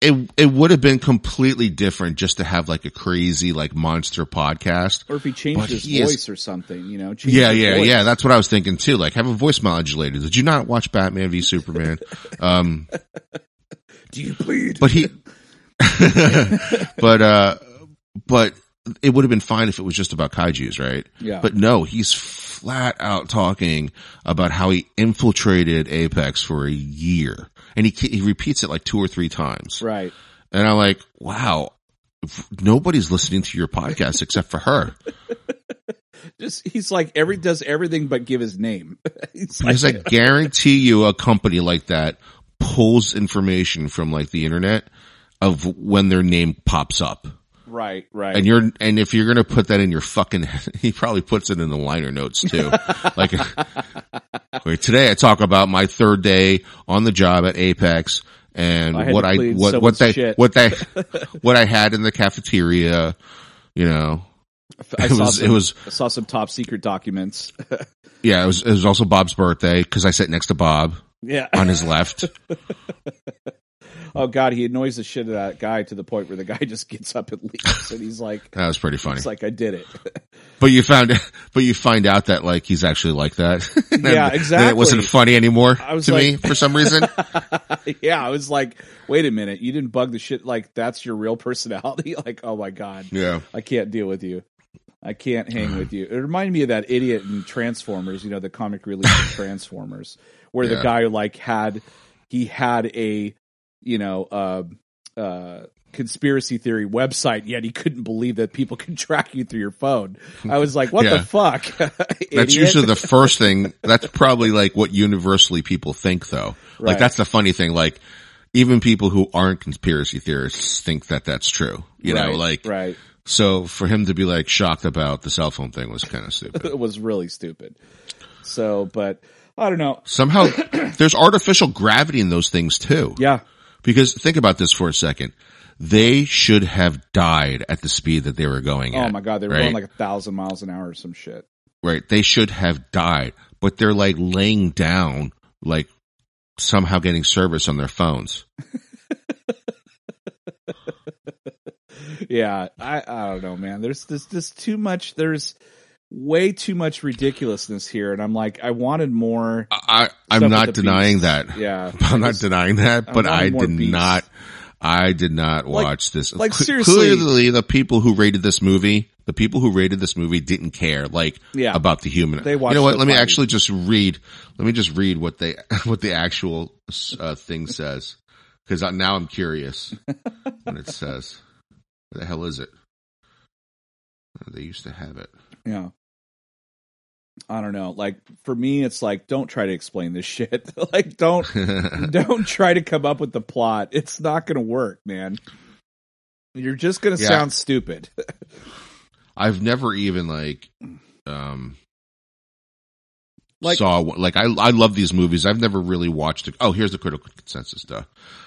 Speaker 2: It, it would have been completely different just to have like a crazy like monster podcast
Speaker 1: or if he changed
Speaker 2: But
Speaker 1: his
Speaker 2: he is-
Speaker 1: voice or something, you know. changed
Speaker 2: yeah,
Speaker 1: his
Speaker 2: yeah,
Speaker 1: voice.
Speaker 2: yeah. That's what I was thinking too. Like, have a voice modulator. Did you not watch Batman v Superman? Um,
Speaker 1: Do you bleed?
Speaker 2: but he, but uh, but it would have been fine if it was just about kaiju's, right?
Speaker 1: Yeah.
Speaker 2: But no, he's flat out talking about how he infiltrated Apex for a year, and he he repeats it like two or three times.
Speaker 1: right.
Speaker 2: And I'm like, wow, f- nobody's listening to your podcast except for her.
Speaker 1: Just he's like every does everything but give his name. He's like,
Speaker 2: Because I guarantee you a company like that pulls information from like the internet of when their name pops up.
Speaker 1: right, right.
Speaker 2: And you're, and if you're going to put that in your fucking, he probably puts it in the liner notes too. like, like, today I talk about my third day on the job at Apex and
Speaker 1: I had
Speaker 2: what
Speaker 1: to
Speaker 2: I,
Speaker 1: clean
Speaker 2: what, what
Speaker 1: someone's
Speaker 2: they,
Speaker 1: shit.
Speaker 2: what they, what I had in the cafeteria, you know,
Speaker 1: I
Speaker 2: it
Speaker 1: saw
Speaker 2: was,
Speaker 1: some,
Speaker 2: it was,
Speaker 1: I saw some top secret documents.
Speaker 2: yeah, it was, it was also Bob's birthday because I sat next to Bob
Speaker 1: yeah.
Speaker 2: on his left.
Speaker 1: Oh God, he annoys the shit out of that guy to the point where the guy just gets up and leaves, and he's like,
Speaker 2: That was pretty funny.
Speaker 1: "It's like I did it."
Speaker 2: But you found, but you find out that like he's actually like that. And
Speaker 1: Yeah,
Speaker 2: Then it wasn't
Speaker 1: exactly.
Speaker 2: funny anymore
Speaker 1: I was
Speaker 2: to me
Speaker 1: like-
Speaker 2: for some reason.
Speaker 1: yeah, I was like, "Wait a minute, you didn't bug the shit like that's your real personality." like, oh my God,
Speaker 2: yeah.
Speaker 1: I can't deal with you. I can't hang with you. It reminded me of that idiot in Transformers, you know, the comic relief of Transformers, where the
Speaker 2: Yeah.
Speaker 1: guy like had he had a you know uh, uh, conspiracy theory website, yet he couldn't believe that people could track you through your phone. I was like, what
Speaker 2: Yeah.
Speaker 1: the fuck?
Speaker 2: That's usually the first thing. That's probably like what universally people think though.
Speaker 1: Right.
Speaker 2: Like that's the funny thing. Like even people who aren't conspiracy theorists think that that's true. You know, like,
Speaker 1: right.
Speaker 2: so for him to be like shocked about the cell phone thing was kind of stupid.
Speaker 1: It was really stupid. So, but I don't know.
Speaker 2: Somehow there's artificial gravity in those things too.
Speaker 1: Yeah,
Speaker 2: Because think about this for a second. They should have died at the speed that they were going at.
Speaker 1: Oh my god, they were
Speaker 2: right?
Speaker 1: going like a thousand miles an hour or some shit.
Speaker 2: right. They should have died, but they're like laying down, like somehow getting service on their phones.
Speaker 1: Yeah, I I don't know, man. There's this this too much. There's way too much ridiculousness here, and I'm like, I wanted more.
Speaker 2: I, I
Speaker 1: stuff
Speaker 2: I'm
Speaker 1: with
Speaker 2: not
Speaker 1: the
Speaker 2: denying
Speaker 1: beasts.
Speaker 2: that.
Speaker 1: Yeah,
Speaker 2: I'm
Speaker 1: I
Speaker 2: not
Speaker 1: just-
Speaker 2: denying that,
Speaker 1: I
Speaker 2: but I
Speaker 1: wanted more
Speaker 2: did
Speaker 1: beasts.
Speaker 2: not. I did not
Speaker 1: Like-
Speaker 2: watch this.
Speaker 1: like,
Speaker 2: Cle-
Speaker 1: seriously.
Speaker 2: clearly the people who rated this movie, the people who rated this movie didn't care like
Speaker 1: Yeah.
Speaker 2: about the human.
Speaker 1: They
Speaker 2: you
Speaker 1: watched
Speaker 2: know what?
Speaker 1: the
Speaker 2: Let me
Speaker 1: fight.
Speaker 2: actually just read. Let me just read what they what the actual uh, thing says because now I'm curious what it says. What the hell is it? Oh, They used to have it.
Speaker 1: Yeah. I don't know. Like for me, it's like don't try to explain this shit. like don't don't try to come up with the plot. It's not going to work, man. You're just going to
Speaker 2: Yeah.
Speaker 1: sound stupid.
Speaker 2: I've never even like um
Speaker 1: Like-
Speaker 2: saw like I I love these movies. I've never really watched it. Oh, here's the critical consensus stuff.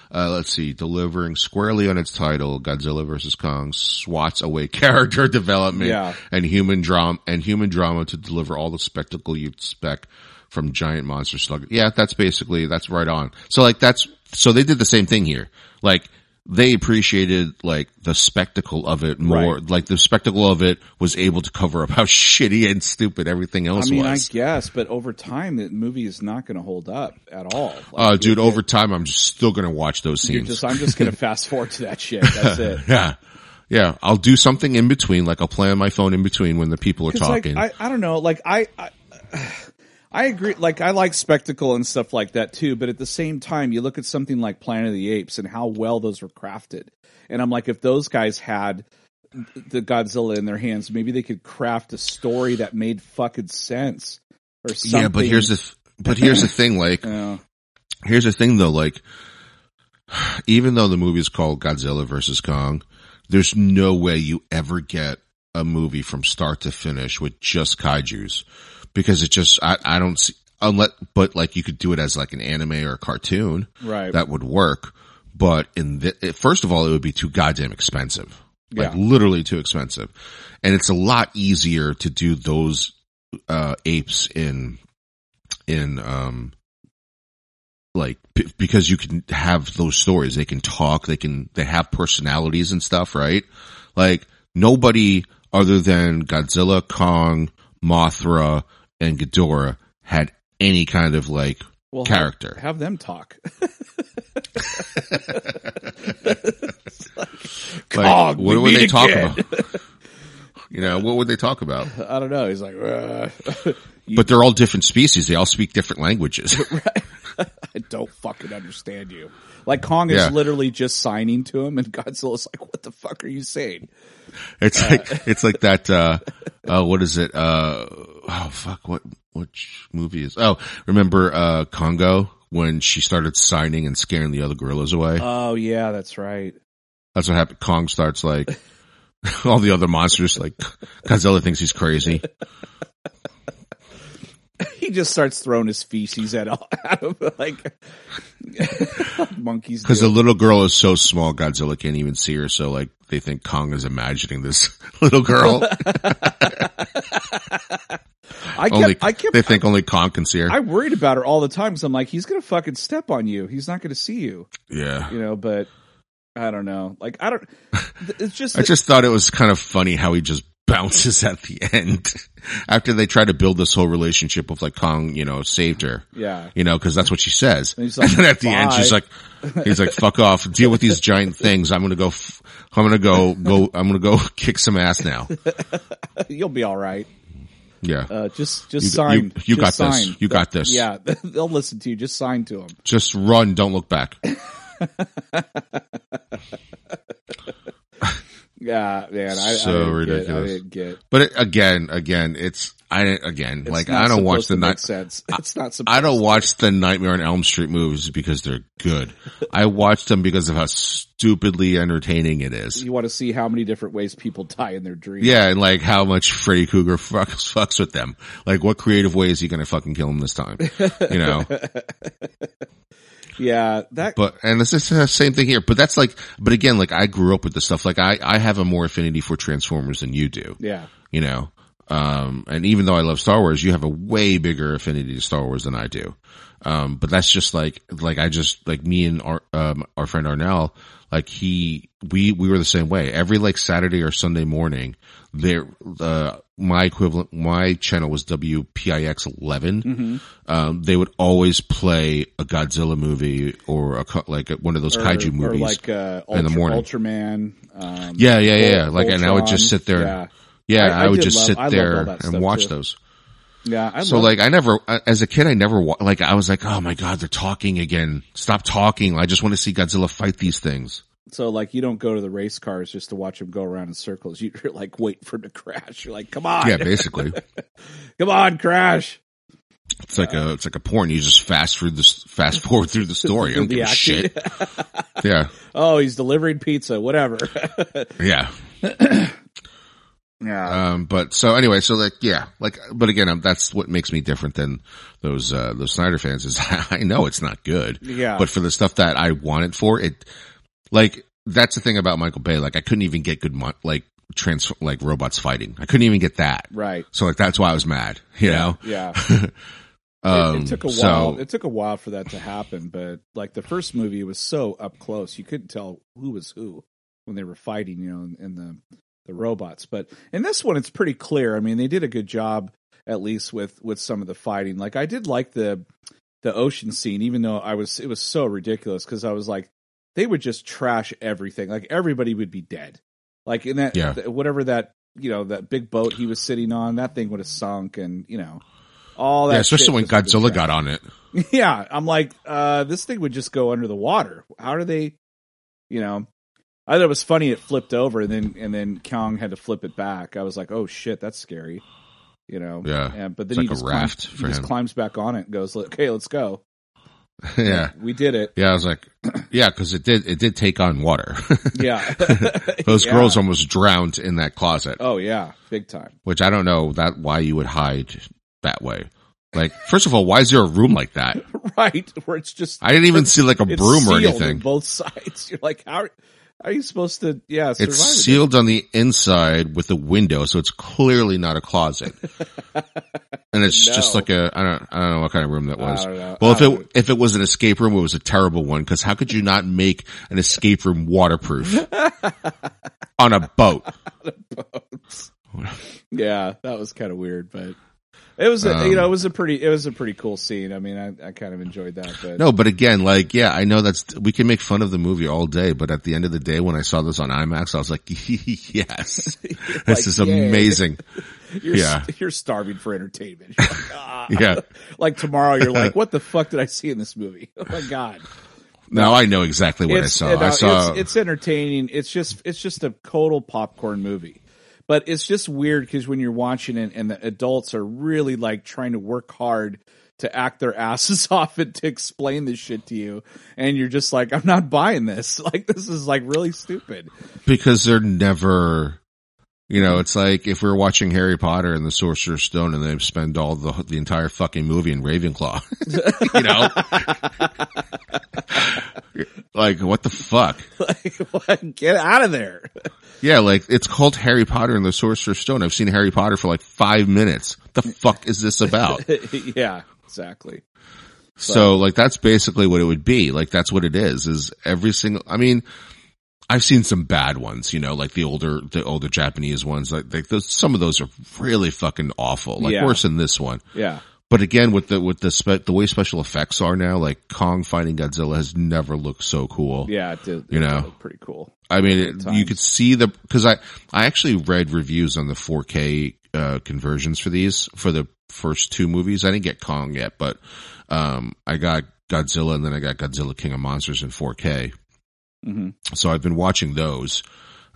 Speaker 2: Uh let's see. Delivering squarely on its title, Godzilla vs. Kong swats away character development
Speaker 1: Yeah.
Speaker 2: and human drama and human drama to deliver all the spectacle you'd expect from giant monster slug. Yeah, that's basically that's right on. So like that's so they did the same thing here. Like they appreciated like the spectacle of it more. Like the spectacle of it was able to cover up how shitty and stupid everything
Speaker 1: I
Speaker 2: else
Speaker 1: mean,
Speaker 2: was.
Speaker 1: I guess, but over time, the movie is not going to hold up at all. Like,
Speaker 2: Oh, dude, over time, I'm just still gonna watch those
Speaker 1: you're
Speaker 2: scenes.
Speaker 1: just, I'm just going to fast forward to that shit. That's it.
Speaker 2: yeah. Yeah, I'll do something in between, like I'll play on my phone in between when the people are
Speaker 1: 'Cause,
Speaker 2: talking.
Speaker 1: Like, I, I don't know. Like I, I, I agree. Like I like spectacle and stuff like that too. But at the same time, you look at something like Planet of the Apes and how well those were crafted. And I'm like, if those guys had the Godzilla in their hands, maybe they could craft a story that made fucking sense or something.
Speaker 2: yeah, but here's the, th- but here's the thing, like,
Speaker 1: You know,
Speaker 2: here's the thing though, like, even though the movie is called Godzilla versus Kong, there's no way you ever get a movie from start to finish with just kaiju's because it just, I, I don't see, unless, but like you could do it as like an anime or a cartoon
Speaker 1: right.
Speaker 2: that would work. But in the, it- first of all, it would be too goddamn expensive, like
Speaker 1: Yeah.
Speaker 2: literally too expensive. And it's a lot easier to do those, uh, apes in, in, um, like p- because you can have those stories they can talk they can they have personalities and stuff right like nobody other than Godzilla Kong Mothra and Ghidorah had any kind of like
Speaker 1: well, have-
Speaker 2: character
Speaker 1: Have, them talk. It's like,
Speaker 2: Like,
Speaker 1: "Cog,
Speaker 2: what
Speaker 1: we
Speaker 2: would they
Speaker 1: meet
Speaker 2: talk
Speaker 1: again."
Speaker 2: about? you know, what would they talk about?
Speaker 1: I don't know. He's like, "Ugh."
Speaker 2: But they're all different species. They all speak different languages.
Speaker 1: I don't fucking understand you. Like Kong is
Speaker 2: Yeah.
Speaker 1: literally just signing to him, and Godzilla's like, "What the fuck are you saying?"
Speaker 2: It's
Speaker 1: Uh,
Speaker 2: like, it's like that, uh, uh, what is it? Uh, oh fuck, what, which movie is, oh, remember, uh, Congo when she started signing and scaring the other gorillas away?
Speaker 1: Oh yeah, that's right.
Speaker 2: That's what happened. Kong starts like, all the other monsters, like, Godzilla thinks he's crazy.
Speaker 1: He just starts throwing his feces at all at him, like monkeys.
Speaker 2: Because
Speaker 1: do.
Speaker 2: the little girl is so small, Godzilla can't even see her. So like they think Kong is imagining this little girl.
Speaker 1: I kept,
Speaker 2: only
Speaker 1: I kept,
Speaker 2: they think only Kong can see her.
Speaker 1: I worried about her all the time because I'm like, he's gonna fucking step on you. He's not gonna see you,
Speaker 2: yeah.
Speaker 1: you know. But I don't know. Like I don't. th- It's just
Speaker 2: I just thought it was kind of funny how he just bounces at the end after they try to build this whole relationship of like Kong, you know, saved her,
Speaker 1: yeah.
Speaker 2: you know, cause that's what she says. And,
Speaker 1: And he's like,
Speaker 2: then at the end,
Speaker 1: "Bye."
Speaker 2: she's like, he's like, fuck off, deal with these giant things. I'm going to go, f- I'm going to go, go, I'm going to go kick some ass now.
Speaker 1: You'll be all right.
Speaker 2: Yeah.
Speaker 1: Uh, just just
Speaker 2: You-
Speaker 1: sign.
Speaker 2: you- you
Speaker 1: Just
Speaker 2: got this.
Speaker 1: sign.
Speaker 2: You got this.
Speaker 1: Yeah, they'll listen to you. Just sign to him.
Speaker 2: Just run. Don't look back.
Speaker 1: Yeah, man, I,
Speaker 2: So
Speaker 1: I didn't
Speaker 2: ridiculous.
Speaker 1: Get, I didn't get.
Speaker 2: But it, again, again, it's, I, again,
Speaker 1: It's
Speaker 2: like
Speaker 1: not
Speaker 2: I don't watch
Speaker 1: supposed
Speaker 2: the
Speaker 1: to make
Speaker 2: night.
Speaker 1: Sense. It's not supposed.
Speaker 2: I don't watch the Nightmare on Elm Street movies because they're good. I watch them because of how stupidly entertaining it is.
Speaker 1: You want to see how many different ways people die in their dreams.
Speaker 2: Yeah, and like how much Freddy Krueger fucks, fucks with them. Like what creative way is he going to fucking kill him this time? You know,
Speaker 1: yeah. That
Speaker 2: but, and it's just the same thing here, but that's like, but again, like I grew up with this stuff. Like I, I have a more affinity for Transformers than you do,
Speaker 1: yeah,
Speaker 2: you know? Um, and even though I love Star Wars, you have a way bigger affinity to Star Wars than I do. Um, but that's just like, like I just, like me and our, um, our friend Arnell, like he, we, we were the same way. Every like Saturday or Sunday morning, there, uh, my equivalent, my channel was WPIX 11.
Speaker 1: Mhm.
Speaker 2: Um, they would always play a Godzilla movie or a, co- like one of those
Speaker 1: Or-
Speaker 2: kaiju
Speaker 1: or
Speaker 2: movies.
Speaker 1: like uh, Ultra,
Speaker 2: in the morning.
Speaker 1: Ultraman. Um,
Speaker 2: yeah, yeah, yeah.
Speaker 1: Ult-
Speaker 2: like, and I would just
Speaker 1: Ultron.
Speaker 2: sit there.
Speaker 1: Yeah,
Speaker 2: Yeah, I,
Speaker 1: I- I
Speaker 2: would
Speaker 1: did
Speaker 2: just
Speaker 1: love-
Speaker 2: sit
Speaker 1: I loved all
Speaker 2: there
Speaker 1: that
Speaker 2: and
Speaker 1: stuff,
Speaker 2: watch
Speaker 1: too.
Speaker 2: those.
Speaker 1: yeah. I
Speaker 2: So
Speaker 1: love-
Speaker 2: like I never, I- as a kid, I never wa- like I was like, oh my god, they're talking again. Stop talking. I just want to see Godzilla fight these things.
Speaker 1: so like you don't go to the race cars just to watch them go around in circles. You- You're like wait for them to crash. You're like, come on,
Speaker 2: Yeah, basically,
Speaker 1: come on, crash.
Speaker 2: it's like a it's like a porn. You just fast through this, fast forward through the story. I don't
Speaker 1: The
Speaker 2: give a
Speaker 1: action.
Speaker 2: shit. Yeah,
Speaker 1: oh, he's delivering pizza. Whatever.
Speaker 2: yeah.
Speaker 1: yeah.
Speaker 2: Um, but so anyway, so like yeah, like but again, um that's what makes me different than those uh those Snyder fans is I know it's not good.
Speaker 1: Yeah.
Speaker 2: but for the stuff that I wanted for it, like that's the thing about Michael Bay. Like I couldn't even get good, mon- like trans, like robots fighting. I couldn't even get that.
Speaker 1: right.
Speaker 2: So like that's why I was mad. You know.
Speaker 1: Yeah. It,
Speaker 2: Um,
Speaker 1: it took a
Speaker 2: so-
Speaker 1: while. it took a while for that to happen, but like the first movie was so up close, you couldn't tell who was who when they were fighting, you know, in, in the the robots. But in this one, it's pretty clear. I mean, they did a good job, at least with with some of the fighting. Like I did like the the ocean scene, even though I was it was so ridiculous because I was like, they would just trash everything. Like everybody would be dead. Like in that
Speaker 2: Yeah.
Speaker 1: th- whatever that you know that big boat he was sitting on, that thing would have sunk, and you know. All that
Speaker 2: yeah, especially
Speaker 1: shit
Speaker 2: when
Speaker 1: just would've
Speaker 2: Godzilla
Speaker 1: been
Speaker 2: got on it.
Speaker 1: yeah, I'm like, uh, this thing would just go under the water. How do they, you know? I thought it was funny it flipped over and then and then Kong had to flip it back. I was like, oh shit, that's scary, you know?
Speaker 2: Yeah.
Speaker 1: And, but
Speaker 2: It's
Speaker 1: then he
Speaker 2: like a
Speaker 1: just
Speaker 2: raft
Speaker 1: climbs,
Speaker 2: for
Speaker 1: he just
Speaker 2: him.
Speaker 1: climbs back on it and goes, okay, let's go.
Speaker 2: yeah,
Speaker 1: we did it.
Speaker 2: yeah. I was like, yeah, because it did it did take on water.
Speaker 1: Yeah,
Speaker 2: Those
Speaker 1: Yeah.
Speaker 2: girls almost drowned in that closet,
Speaker 1: Oh yeah, big time.
Speaker 2: which I don't know that why you would hide that way. Like, first of all, why is there a room like that?
Speaker 1: right, where it's just
Speaker 2: I didn't even see like a
Speaker 1: it's
Speaker 2: broom or
Speaker 1: sealed on
Speaker 2: anything.
Speaker 1: both sides. You're like, how, how are you supposed to? Yeah, survive
Speaker 2: It's
Speaker 1: it?
Speaker 2: sealed on the inside with a window, so it's clearly not a closet. and it's
Speaker 1: No.
Speaker 2: just like a I don't I don't know what kind of room that
Speaker 1: I
Speaker 2: was.
Speaker 1: don't know.
Speaker 2: Well,
Speaker 1: I
Speaker 2: if it
Speaker 1: don't-
Speaker 2: if it was an escape room, it was a terrible one because how could you not make an escape room waterproof on a boat?
Speaker 1: Yeah, that was kind of weird, but it was a,
Speaker 2: Um,
Speaker 1: you know it was a pretty it was a pretty cool scene. I mean, I, I kind of enjoyed that. But
Speaker 2: No, but again, like yeah, I know that's we can make fun of the movie all day, but at the end of the day, when I saw this on IMAX, I was like, yes,
Speaker 1: Like,
Speaker 2: this is
Speaker 1: yay.
Speaker 2: amazing.
Speaker 1: You're,
Speaker 2: yeah.
Speaker 1: you're starving for entertainment. You're like, ah.
Speaker 2: Yeah.
Speaker 1: like tomorrow, you're like, what the fuck did I see in this movie? Oh my god!
Speaker 2: Now I know exactly what I saw.
Speaker 1: you know,
Speaker 2: I saw
Speaker 1: it's, it's entertaining. It's just it's just a total popcorn movie. But it's just weird because when you're watching it and the adults are really like trying to work hard to act their asses off and to explain this shit to you, and you're just like, I'm not buying this. Like this is like really stupid.
Speaker 2: because they're never you know it's like if we we're watching harry potter and the sorcerer's stone and they spend all the the entire fucking movie in ravenclaw you know like what the fuck
Speaker 1: like, what? get out of there.
Speaker 2: yeah like it's called harry potter and the sorcerer's stone i've seen harry potter for like five minutes the fuck is this about
Speaker 1: yeah, exactly.
Speaker 2: So like that's basically what it would be. Like that's what it is. Is every single. I mean, I've seen some bad ones. You know, like the older the older Japanese ones. Like like those. Some of those are really fucking awful. Like
Speaker 1: Yeah.
Speaker 2: worse than this one.
Speaker 1: Yeah.
Speaker 2: But again, with the with the spe- the way special effects are now, like Kong fighting Godzilla has never looked so cool.
Speaker 1: Yeah, it did.
Speaker 2: You
Speaker 1: it
Speaker 2: know.
Speaker 1: looked pretty cool.
Speaker 2: I mean, it,
Speaker 1: times.
Speaker 2: you could see the because I I actually read reviews on the 4K uh, conversions for these for the first two movies. I didn't get Kong yet, but um, I got Godzilla and then I got Godzilla King of Monsters in 4K.
Speaker 1: hmm
Speaker 2: So I've been watching those,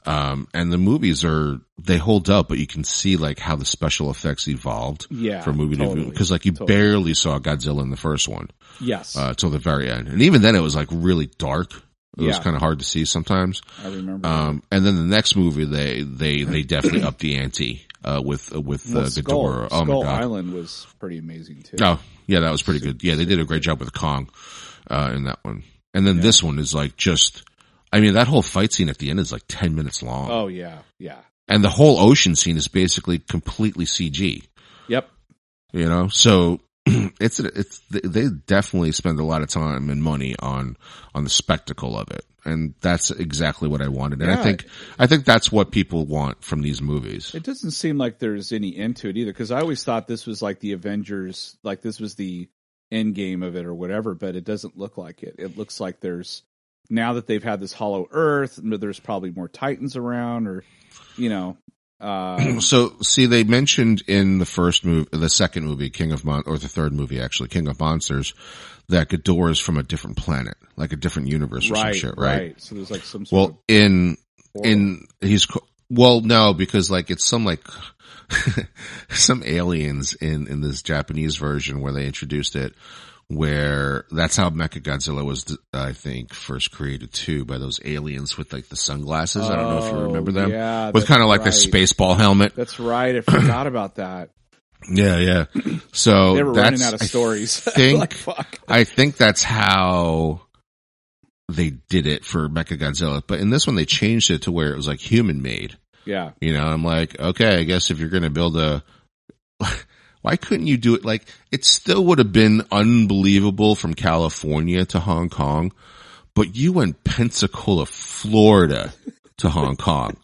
Speaker 2: um, and the movies are they hold up, but you can see like how the special effects evolved
Speaker 1: Yeah.
Speaker 2: from movie to
Speaker 1: totally.
Speaker 2: movie because like you
Speaker 1: totally.
Speaker 2: barely saw Godzilla in the first one
Speaker 1: Yes,
Speaker 2: uh, till the very end, and even then it was like really dark. It was
Speaker 1: Yeah.
Speaker 2: kind of hard to see sometimes.
Speaker 1: I remember.
Speaker 2: Um, and then the next movie, they they they definitely up the ante uh, with with uh,
Speaker 1: Well,
Speaker 2: Ghidorah. Oh
Speaker 1: Skull
Speaker 2: my god!
Speaker 1: Island was pretty amazing too.
Speaker 2: Oh yeah, that was pretty good. Yeah, they did a great job with Kong uh, in that one. And then this one is like just. I mean, that whole fight scene at the end is like ten minutes long,
Speaker 1: Oh yeah, yeah.
Speaker 2: and the whole ocean scene is basically completely CG.
Speaker 1: Yep.
Speaker 2: You know, so it's it's they definitely spend a lot of time and money on on the spectacle of it, and that's exactly what I wanted. And I
Speaker 1: Yeah.
Speaker 2: think I think that's what people want from these movies.
Speaker 1: It doesn't seem like there's any end to it either, because I always thought this was like the Avengers, like this was the end game of it or whatever, but it doesn't look like it. It looks like there's now that they've had this hollow earth, and there's probably more Titans around or you know uh
Speaker 2: so see, they mentioned in the first movie, the second movie, King of Mon, or the third movie actually, King of Monsters, that Ghidorah is from a different planet, like a different universe or some
Speaker 1: right,
Speaker 2: shit, right?
Speaker 1: right. So there's like some sort
Speaker 2: Well, in
Speaker 1: of
Speaker 2: in he's co- well no because like it's some like some aliens in in this Japanese version where they introduced it where that's how Mechagodzilla was I think first created too by those aliens with like the sunglasses I don't know if you
Speaker 1: Oh,
Speaker 2: remember them
Speaker 1: yeah,
Speaker 2: with
Speaker 1: that's
Speaker 2: kind of like the
Speaker 1: right.
Speaker 2: space ball helmet
Speaker 1: That's right. I forgot about that.
Speaker 2: yeah yeah so
Speaker 1: They were
Speaker 2: Oh, that's
Speaker 1: running out of
Speaker 2: I
Speaker 1: stories.
Speaker 2: think-
Speaker 1: like, fuck.
Speaker 2: I think that's how they did it for Mechagodzilla but in this one they changed it to where it was like human made
Speaker 1: Yeah.
Speaker 2: You know, I'm like, okay, I guess if you're going to build a, why couldn't you do it? Like, it still would have been unbelievable from California to Hong Kong, but you went Pensacola, Florida to Hong Kong.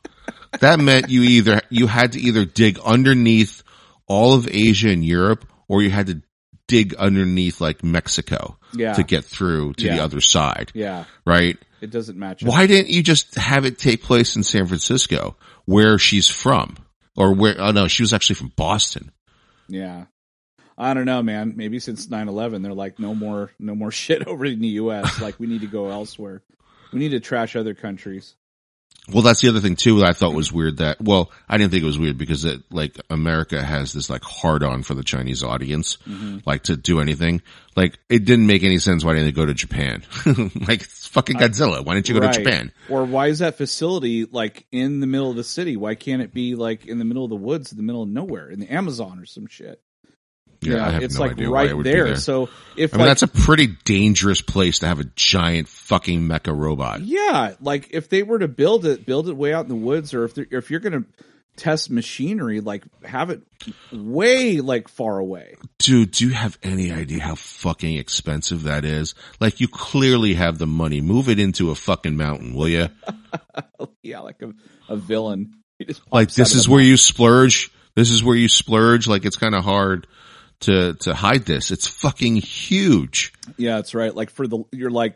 Speaker 2: That meant you either, you had to either dig underneath all of Asia and Europe or you had to dig underneath like Mexico
Speaker 1: Yeah.
Speaker 2: to get through to the
Speaker 1: Ah. Yeah.
Speaker 2: other side,
Speaker 1: Yeah.
Speaker 2: right?
Speaker 1: It doesn't match. up.
Speaker 2: Why didn't you just have it take place in San Francisco, where she's from, or where? Oh no, she was actually from Boston.
Speaker 1: Yeah. I don't know, man. Maybe since 9/11 they're like no more no more shit over in the US. Like we need to go elsewhere. We need to trash other countries.
Speaker 2: Well, that's the other thing too that I thought was weird. That well, I didn't think it was weird because it like America has this like hard on for the Chinese audience,
Speaker 1: Mm-hmm.
Speaker 2: like to do anything. Like it didn't make any sense. Why didn't they go to Japan? like it's fucking Godzilla. Why didn't you go
Speaker 1: Right.
Speaker 2: to Japan?
Speaker 1: Or why is that facility like in the middle of the city? Why can't it be like in the middle of the woods, in the middle of nowhere, in the Amazon or some shit?
Speaker 2: Yeah, I have
Speaker 1: it's
Speaker 2: no
Speaker 1: like
Speaker 2: idea why
Speaker 1: right
Speaker 2: it would be
Speaker 1: there.
Speaker 2: there.
Speaker 1: So if
Speaker 2: I mean,
Speaker 1: like,
Speaker 2: that's a pretty dangerous place to have a giant fucking mecha robot.
Speaker 1: Yeah, like if they were to build it, build it way out in the woods, or if they're- if you're gonna test machinery, like have it way like far away.
Speaker 2: Dude, do you have any idea how fucking expensive that is? Like, you clearly have the money. Move it into a fucking mountain, will you?
Speaker 1: Yeah, like a, a villain. He just
Speaker 2: Like,
Speaker 1: pops out
Speaker 2: this
Speaker 1: of
Speaker 2: is
Speaker 1: the
Speaker 2: where you splurge. This is where you splurge. Like, it's kind of hard to, to hide this. It's fucking huge.
Speaker 1: Yeah, that's right. Like for the you're like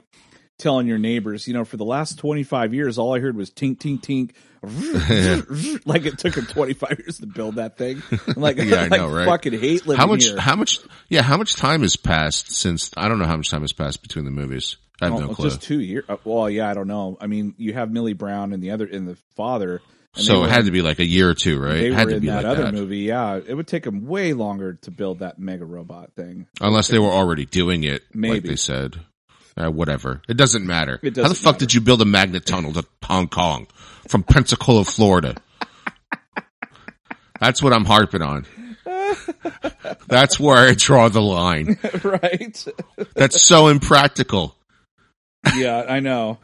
Speaker 1: telling your neighbors, you know, for the last 25 years all I heard was tink tink tink. like it took them 25 years to build that thing. I'm like,
Speaker 2: Yeah, I
Speaker 1: like,
Speaker 2: know, right?
Speaker 1: fucking hate living
Speaker 2: How much,
Speaker 1: here.
Speaker 2: how much, yeah, how much time has passed since, I don't know how much time has passed between the movies. I have
Speaker 1: Well,
Speaker 2: no clue.
Speaker 1: Oh, just 2 years. Well, yeah, I don't know. I mean, you have Millie Brown and the other and the father and they
Speaker 2: so
Speaker 1: were-
Speaker 2: it had to be like a year or two, right?
Speaker 1: they
Speaker 2: It had
Speaker 1: were
Speaker 2: to
Speaker 1: in
Speaker 2: be
Speaker 1: that
Speaker 2: like
Speaker 1: other
Speaker 2: that.
Speaker 1: movie. Yeah, it would take them way longer to build that mega robot thing.
Speaker 2: Unless they were already doing it, like
Speaker 1: Maybe.
Speaker 2: they said. Uh, whatever. It doesn't matter.
Speaker 1: It
Speaker 2: How the
Speaker 1: doesn't
Speaker 2: fuck
Speaker 1: matter.
Speaker 2: did you build a magnet tunnel to Hong Kong from Pensacola, Florida? That's what I'm harping on. That's where I draw the line.
Speaker 1: right?
Speaker 2: That's so impractical.
Speaker 1: yeah, I know.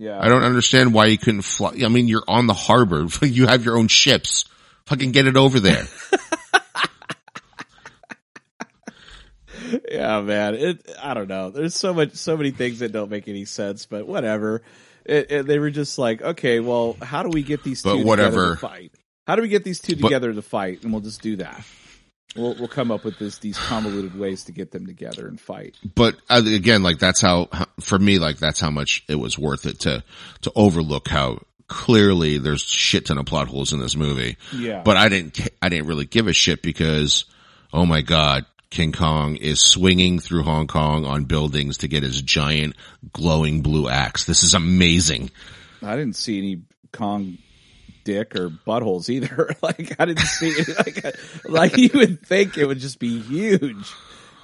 Speaker 1: Yeah.
Speaker 2: I don't understand why you couldn't fly. I mean, you're on the harbor. You have your own ships. Fucking get it over there.
Speaker 1: yeah, man. It. I don't know. There's so much, so many things that don't make any sense, but whatever. It, it- they were just like, okay, well, how do we get these
Speaker 2: But
Speaker 1: two
Speaker 2: whatever.
Speaker 1: together to fight? How do we get these two
Speaker 2: But-
Speaker 1: together to fight? And we'll just do that. We'll we'll come up with this these convoluted ways to get them together and fight.
Speaker 2: but uh, again, like that's how, how- for me, like that's how much it was worth it to, to overlook how clearly there's shit ton of plot holes in this movie.
Speaker 1: Yeah.
Speaker 2: But I didn't, ca- I didn't really give a shit because, oh my God, King Kong is swinging through Hong Kong on buildings to get his giant glowing blue axe. This is amazing.
Speaker 1: I didn't see any Kong dick or buttholes either. like I didn't see any, like like you would think it would just be huge.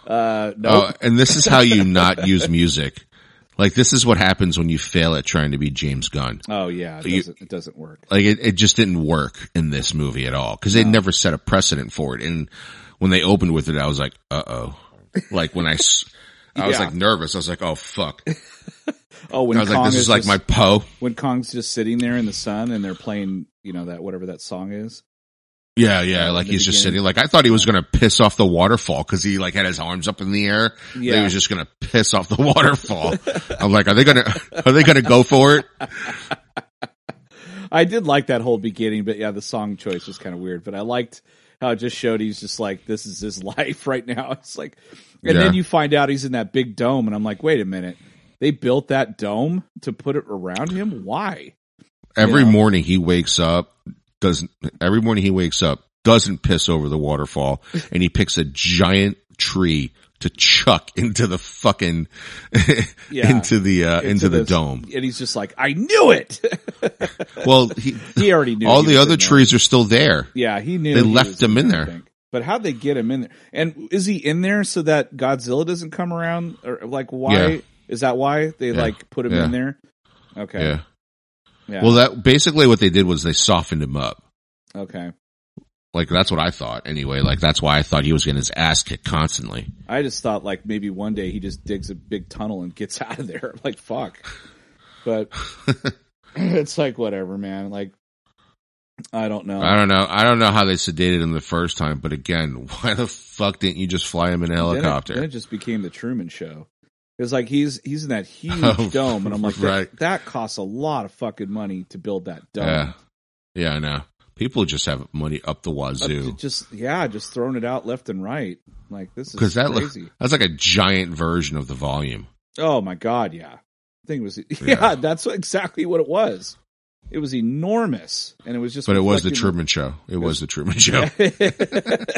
Speaker 1: Uh, no,
Speaker 2: Oh, and this is how you not use music. Like this is what happens when you fail at trying to be James Gunn.
Speaker 1: oh yeah, it
Speaker 2: you-
Speaker 1: doesn't, it doesn't work.
Speaker 2: like it, it just didn't work in this movie at all because they never set a precedent for it. And when they opened with it, I was like, uh oh. Like when I, s- I was
Speaker 1: Yeah.
Speaker 2: like nervous. I was like, oh fuck. I
Speaker 1: Oh, when
Speaker 2: was
Speaker 1: Kong
Speaker 2: like, this
Speaker 1: is,
Speaker 2: is like
Speaker 1: just,
Speaker 2: my Poe.
Speaker 1: when Kong's just sitting there in the sun and they're playing, you know that whatever that song is.
Speaker 2: Yeah, yeah. Like
Speaker 1: the
Speaker 2: he's just
Speaker 1: beginning.
Speaker 2: sitting. Like I thought he was gonna piss off the waterfall because he like had his arms up in the air. Yeah. He
Speaker 1: Yeah.
Speaker 2: was just gonna piss off the waterfall. I'm like, are they gonna are they gonna go for it?
Speaker 1: I did like that whole beginning, but yeah, the song choice was kind of weird. But I liked how it just showed he's just like this is his life right now. It's like, and
Speaker 2: Yeah.
Speaker 1: then you find out he's in that big dome, and I'm like, wait a minute, they built that dome to put it around him? Why?
Speaker 2: Every
Speaker 1: Yeah.
Speaker 2: morning he wakes up doesn't every morning he wakes up doesn't piss over the waterfall and he picks a giant tree to chuck into the fucking
Speaker 1: Yeah.
Speaker 2: into the uh, into, the
Speaker 1: this-
Speaker 2: dome.
Speaker 1: and he's just like, I knew it.
Speaker 2: Well, he,
Speaker 1: he already knew.
Speaker 2: all
Speaker 1: he
Speaker 2: the
Speaker 1: was
Speaker 2: other
Speaker 1: in there.
Speaker 2: trees are still there.
Speaker 1: Yeah, he knew
Speaker 2: They
Speaker 1: he
Speaker 2: left
Speaker 1: was
Speaker 2: him in
Speaker 1: I
Speaker 2: there.
Speaker 1: think. But how'd they get him in there? And is he in there so that Godzilla doesn't come around? Or like, why
Speaker 2: Yeah.
Speaker 1: is that? Why they
Speaker 2: Yeah.
Speaker 1: like put him
Speaker 2: Yeah.
Speaker 1: in there? Okay.
Speaker 2: Yeah.
Speaker 1: Yeah.
Speaker 2: Well, that basically what they did was they softened him up.
Speaker 1: okay.
Speaker 2: Like that's what I thought anyway. Like that's why I thought he was getting his ass kicked constantly.
Speaker 1: I just thought like maybe one day he just digs a big tunnel and gets out of there. Like fuck. But it's like whatever, man. Like I don't know.
Speaker 2: I don't know. I don't know how they sedated him the first time, but again, why the fuck didn't you just fly him in a
Speaker 1: Then it-
Speaker 2: helicopter?
Speaker 1: Then it, just became the Truman Show. It was like he's he's in that huge
Speaker 2: Oh,
Speaker 1: dome, and I'm like, that,
Speaker 2: right.
Speaker 1: that costs a lot of fucking money to build that dome.
Speaker 2: yeah, yeah, I know. People just have money up the
Speaker 1: But to
Speaker 2: wazoo
Speaker 1: just yeah, just throwing it out left and right. Like this
Speaker 2: because
Speaker 1: is
Speaker 2: that looks
Speaker 1: crazy.
Speaker 2: that's like a giant version of the volume.
Speaker 1: oh my god, yeah. Thing was yeah,
Speaker 2: Yeah.
Speaker 1: that's exactly what it was. It was enormous, and it was just.
Speaker 2: But it was the
Speaker 1: reflecting-
Speaker 2: Truman Show. It was the Truman Show.
Speaker 1: and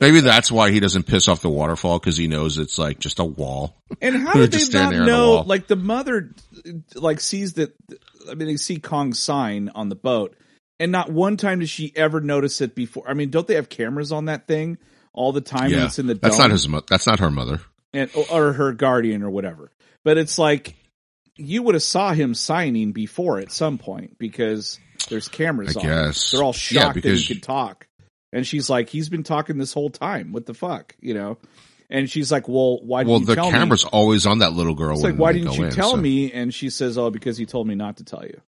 Speaker 2: Maybe that's why he doesn't piss off the waterfall because he knows it's like just a wall.
Speaker 1: how
Speaker 2: He would
Speaker 1: did
Speaker 2: just
Speaker 1: they
Speaker 2: stand
Speaker 1: not
Speaker 2: there on the
Speaker 1: know?
Speaker 2: wall.
Speaker 1: like the mother, like sees that. I mean, they see Kong's sign on the boat, and not one time does she ever notice it before. I mean, don't they have cameras on that thing all the time? when
Speaker 2: yeah,
Speaker 1: it's in the dome.
Speaker 2: that's not his. Mo- that's not her mother.
Speaker 1: and or her guardian or whatever. But it's like you would have saw him signing before at some point because there's cameras
Speaker 2: I
Speaker 1: on.
Speaker 2: guess.
Speaker 1: They're all
Speaker 2: Yeah,
Speaker 1: shocked that
Speaker 2: because-
Speaker 1: he could talk. And she's like, he's been talking this whole time. What the fuck, you know? And she's like, well, why didn't
Speaker 2: Well,
Speaker 1: you
Speaker 2: the
Speaker 1: tell
Speaker 2: camera's
Speaker 1: me?
Speaker 2: always on that little girl.
Speaker 1: It's
Speaker 2: when
Speaker 1: like, why
Speaker 2: they
Speaker 1: didn't
Speaker 2: go
Speaker 1: you
Speaker 2: in,
Speaker 1: tell
Speaker 2: so-
Speaker 1: me? And she says, oh, because he told me not to tell you.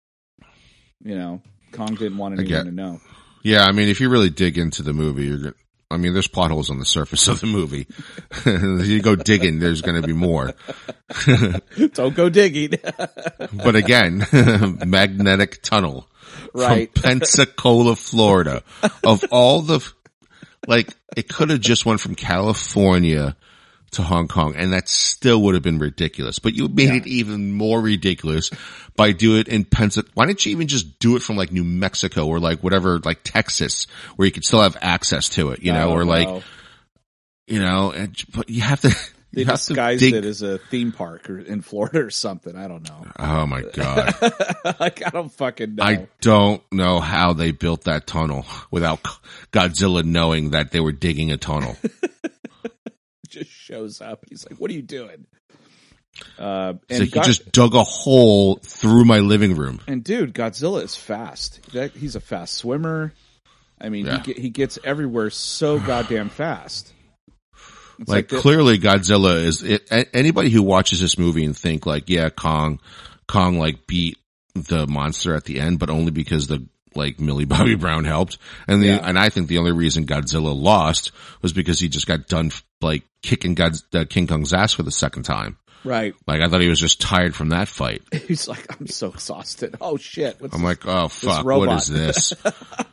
Speaker 1: You know, Kong didn't want
Speaker 2: I get-
Speaker 1: anyone to know.
Speaker 2: Yeah, I mean, if you really dig into the movie, you're gonna. I mean, there's plot holes on the surface of the movie. If you go digging, there's going to be more.
Speaker 1: Don't go digging.
Speaker 2: But again, magnetic tunnel
Speaker 1: right.
Speaker 2: from Pensacola, Florida. Of all the, like, it could have just went from California to Hong Kong, and that still would have been ridiculous. But you made it even more ridiculous by do it in Pensacola. Why didn't you even just do it from like New Mexico or like whatever, like Texas, where you could still have access to it, you know,
Speaker 1: Oh,
Speaker 2: or like
Speaker 1: no.
Speaker 2: you know, and, but you have to.
Speaker 1: they
Speaker 2: you have to
Speaker 1: disguised
Speaker 2: dig-
Speaker 1: it as a theme park or in Florida or something. I don't know.
Speaker 2: Oh my god!
Speaker 1: like I don't fucking know.
Speaker 2: I don't know how they built that tunnel without Godzilla knowing that they were digging a tunnel.
Speaker 1: It just shows up. He's like, "What are you doing?" Uh,
Speaker 2: It's like
Speaker 1: and
Speaker 2: you
Speaker 1: God-
Speaker 2: just dug a hole through my living room.
Speaker 1: and dude, Godzilla is fast. That he's a fast swimmer. I mean,
Speaker 2: Yeah.
Speaker 1: he, ge- he gets everywhere so goddamn fast. It's
Speaker 2: Like
Speaker 1: the-
Speaker 2: clearly, Godzilla is. It, a- anybody who watches this movie and think like, yeah, Kong, Kong like beat the monster at the end, but only because the like Millie Bobby Brown helped, and the
Speaker 1: Yeah.
Speaker 2: and I think the only reason Godzilla lost was because he just got done like kicking God, uh, King Kong's ass for the second time.
Speaker 1: right.
Speaker 2: Like I thought he was just tired from that fight.
Speaker 1: He's like, "I'm so exhausted." Oh shit! What's
Speaker 2: I'm like, oh fuck, what
Speaker 1: robot.
Speaker 2: is this?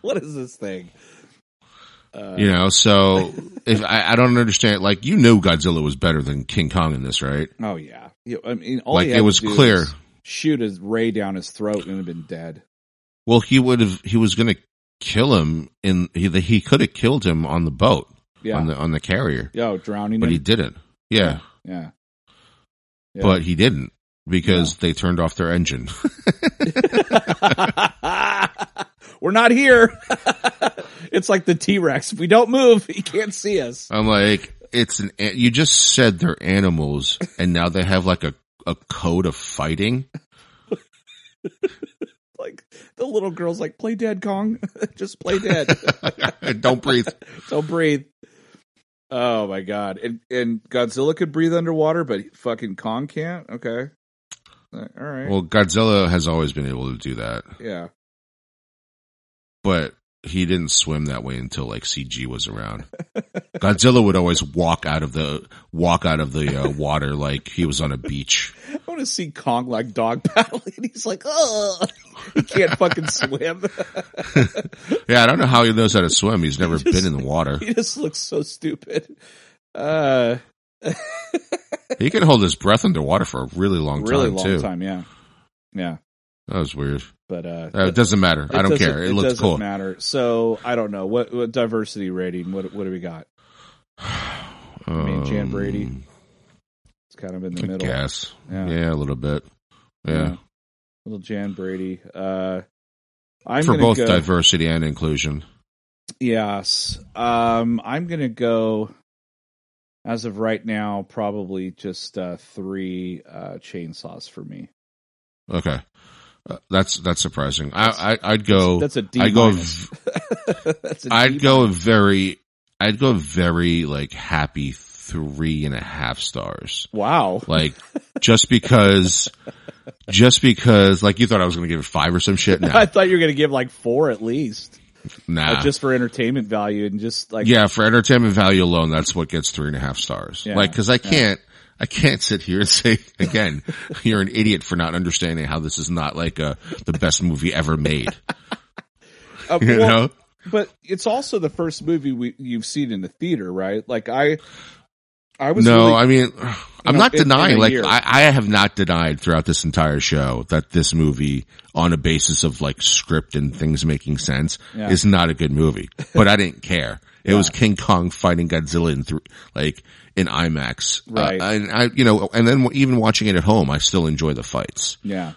Speaker 1: what is this thing? Uh,
Speaker 2: you know, so if I, I don't understand, like you knew Godzilla was better than King Kong in this, right?
Speaker 1: Oh yeah. Yeah, I mean, all
Speaker 2: like
Speaker 1: he
Speaker 2: it
Speaker 1: had to
Speaker 2: was
Speaker 1: do
Speaker 2: clear.
Speaker 1: was Shoot his ray down his throat and have been dead.
Speaker 2: Well, he would have. He was going to kill him, in he he could have killed him on the boat
Speaker 1: Yeah.
Speaker 2: on the on the carrier,
Speaker 1: Yo, drowning
Speaker 2: but
Speaker 1: him.
Speaker 2: he didn't. Yeah,
Speaker 1: yeah. Yeah.
Speaker 2: but he didn't because they turned off their engine.
Speaker 1: We're not here. it's like the T Rex. If we don't move, he can't see us.
Speaker 2: I'm like, it's an. an- You just said they're animals, and now they have like a a code of fighting.
Speaker 1: Like the little girl's like, play dead, Kong. Just play dead.
Speaker 2: don't breathe.
Speaker 1: don't breathe. Oh my god. And and Godzilla could breathe underwater, but fucking Kong can't? Okay. Uh, All right.
Speaker 2: Well, Godzilla has always been able to do that,
Speaker 1: yeah.
Speaker 2: but he didn't swim that way until like CG was around. Godzilla would always walk out of the walk out of the uh, water like he was on a beach.
Speaker 1: I want to see Kong like dog paddling. He's like, oh, he can't fucking swim.
Speaker 2: Yeah, I don't know how he knows how to swim. He's never been in the water.
Speaker 1: he just looks so stupid. Uh,
Speaker 2: He could hold his breath underwater for a really long
Speaker 1: really
Speaker 2: time
Speaker 1: long
Speaker 2: too.
Speaker 1: time. Yeah, yeah.
Speaker 2: That was weird.
Speaker 1: But uh,
Speaker 2: Uh, it doesn't matter. I don't
Speaker 1: doesn't-
Speaker 2: care. It, looked
Speaker 1: doesn't
Speaker 2: cool.
Speaker 1: matter. So I don't know what, what diversity rating. What what do we got?
Speaker 2: I
Speaker 1: mean, Jan Brady, It's kind of in the
Speaker 2: I
Speaker 1: middle.
Speaker 2: Um, guess.
Speaker 1: Yeah.
Speaker 2: Yeah. a little bit. Yeah.
Speaker 1: Little Jan Brady. Uh, I'm
Speaker 2: For
Speaker 1: gonna
Speaker 2: both
Speaker 1: go,
Speaker 2: diversity and inclusion.
Speaker 1: Yes. Um, I'm going to go, as of right now, probably just uh, three uh, chainsaws for me.
Speaker 2: Okay. Uh, that's that's surprising. I, I I'd go
Speaker 1: That's a D.
Speaker 2: I'd go
Speaker 1: minus. That's a
Speaker 2: I'd
Speaker 1: D
Speaker 2: go a very I'd go a very like happy three and a half stars.
Speaker 1: minus. Wow.
Speaker 2: Like just because just because like you thought I was gonna give it five or some shit.
Speaker 1: I
Speaker 2: No,
Speaker 1: thought you were going to give like four at least,
Speaker 2: nah.
Speaker 1: uh, just for entertainment value and just like
Speaker 2: yeah, for entertainment value alone, that's what gets three and a half stars.
Speaker 1: Yeah,
Speaker 2: Like, cause I can't, I can't sit here and say again, you're an idiot for not understanding how this is not like a, the best movie ever made.
Speaker 1: Uh,
Speaker 2: You
Speaker 1: well,
Speaker 2: know?
Speaker 1: But it's also the first movie we, you've seen in the theater, right? Like I, I was
Speaker 2: no,
Speaker 1: really-
Speaker 2: I mean, I'm
Speaker 1: know,
Speaker 2: not
Speaker 1: in- in a
Speaker 2: denying, like,
Speaker 1: year.
Speaker 2: I, I have not denied throughout this entire show that this movie, on a basis of like script and things making sense,
Speaker 1: Yeah.
Speaker 2: is not a good movie. But I didn't care. It was King Kong fighting Godzilla in thr like in IMAX, Uh,
Speaker 1: Right.
Speaker 2: and I, you know, and then even watching it at home, I still enjoy the fights.
Speaker 1: yeah,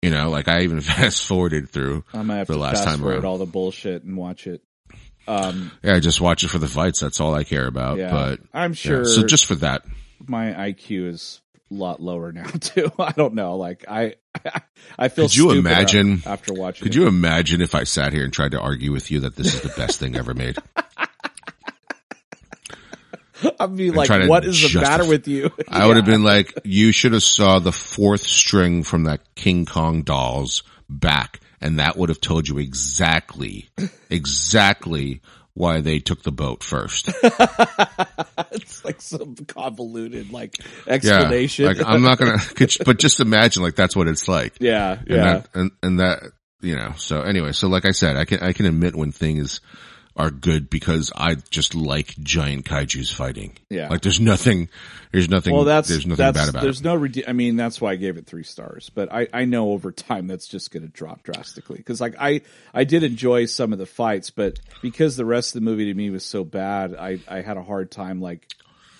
Speaker 2: You know, like I even fast forwarded through.
Speaker 1: I'm gonna have
Speaker 2: The
Speaker 1: to
Speaker 2: last
Speaker 1: fast
Speaker 2: time
Speaker 1: forward
Speaker 2: around.
Speaker 1: all the bullshit and watch it. Um,
Speaker 2: Yeah, I just watch it for the fights. That's all I care about.
Speaker 1: yeah,
Speaker 2: Uh, But
Speaker 1: I'm
Speaker 2: yeah.
Speaker 1: sure.
Speaker 2: so just for that,
Speaker 1: my IQ is a lot lower now too. I don't know. Like I, I, feel.
Speaker 2: Could you
Speaker 1: stupid
Speaker 2: imagine-
Speaker 1: after watching?
Speaker 2: Could
Speaker 1: it.
Speaker 2: you imagine if I sat here and tried to argue with you that this is the best thing ever made?
Speaker 1: I'd be like,
Speaker 2: try to
Speaker 1: "What is the
Speaker 2: justify-
Speaker 1: matter with you?"
Speaker 2: I would have been like, you should have saw the fourth string from that King Kong doll's back and that would have told you exactly, exactly why they took the boat first.
Speaker 1: it's like some convoluted like
Speaker 2: Yeah.
Speaker 1: explanation. Yeah,
Speaker 2: Like I'm not going to, but just imagine like that's what it's like.
Speaker 1: yeah,
Speaker 2: And that, and, and that, you know, so anyway, so like I said, I can, I can admit when things are good because I just like giant kaijus fighting.
Speaker 1: Yeah.
Speaker 2: Like there's nothing, there's nothing,
Speaker 1: well, that's
Speaker 2: there's nothing
Speaker 1: that's,
Speaker 2: bad about
Speaker 1: There's
Speaker 2: it.
Speaker 1: no. Rede- I mean, that's why I gave it three stars. But I I know over time that's just going to drop drastically because like I I did enjoy some of the fights, but because the rest of the movie to me was so bad, I I had a hard time like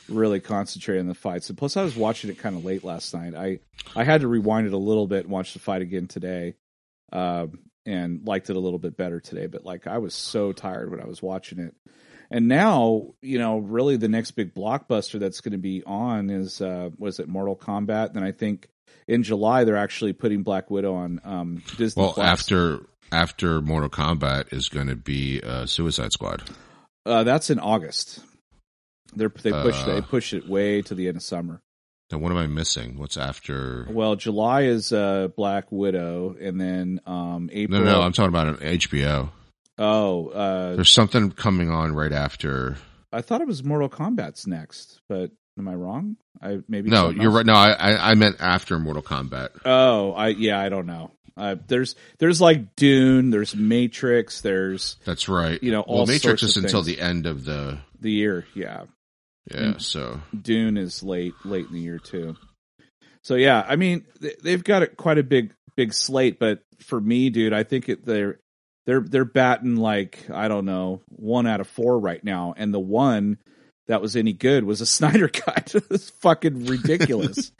Speaker 1: really concentrating on the fights. And plus, I was watching it kind of late last night. I I had to rewind it a little bit and watch the fight again today. Um, and liked it a little bit better today, but like I was so tired when I was watching it. And now, you know, really the next big blockbuster that's going to be on is uh was it Mortal Kombat? Then I think in July they're actually putting Black Widow on um Disney
Speaker 2: Well,
Speaker 1: Plus.
Speaker 2: after, after Mortal Kombat is going to be, uh, Suicide Squad.
Speaker 1: uh, that's in August. They're they push
Speaker 2: Uh.
Speaker 1: they push it way to the end of summer.
Speaker 2: Now what am I missing? What's after?
Speaker 1: Well, July is uh Black Widow, and then um
Speaker 2: No,
Speaker 1: April.
Speaker 2: no, I'm talking about an HBO.
Speaker 1: oh, uh,
Speaker 2: There's something coming on right after.
Speaker 1: I thought it was Mortal Kombat's next, but am I wrong? I maybe
Speaker 2: No,
Speaker 1: something
Speaker 2: you're
Speaker 1: else.
Speaker 2: right. No, I, I, I meant after Mortal Kombat.
Speaker 1: Oh, I yeah, I don't know. Uh, there's there's like Dune, there's Matrix, there's
Speaker 2: That's right.
Speaker 1: You know, all
Speaker 2: well, Matrix
Speaker 1: sorts of
Speaker 2: is until
Speaker 1: things. Mm.
Speaker 2: the end of the,
Speaker 1: the year. Yeah,
Speaker 2: yeah, so.
Speaker 1: Dune is late late in the year too. So yeah, I mean th- they've got a, quite a big big slate, but for me, dude, I think it, they're they're they're batting like I don't know one out of four right now, and the one that was any good was a Snyder cut. it's fucking ridiculous.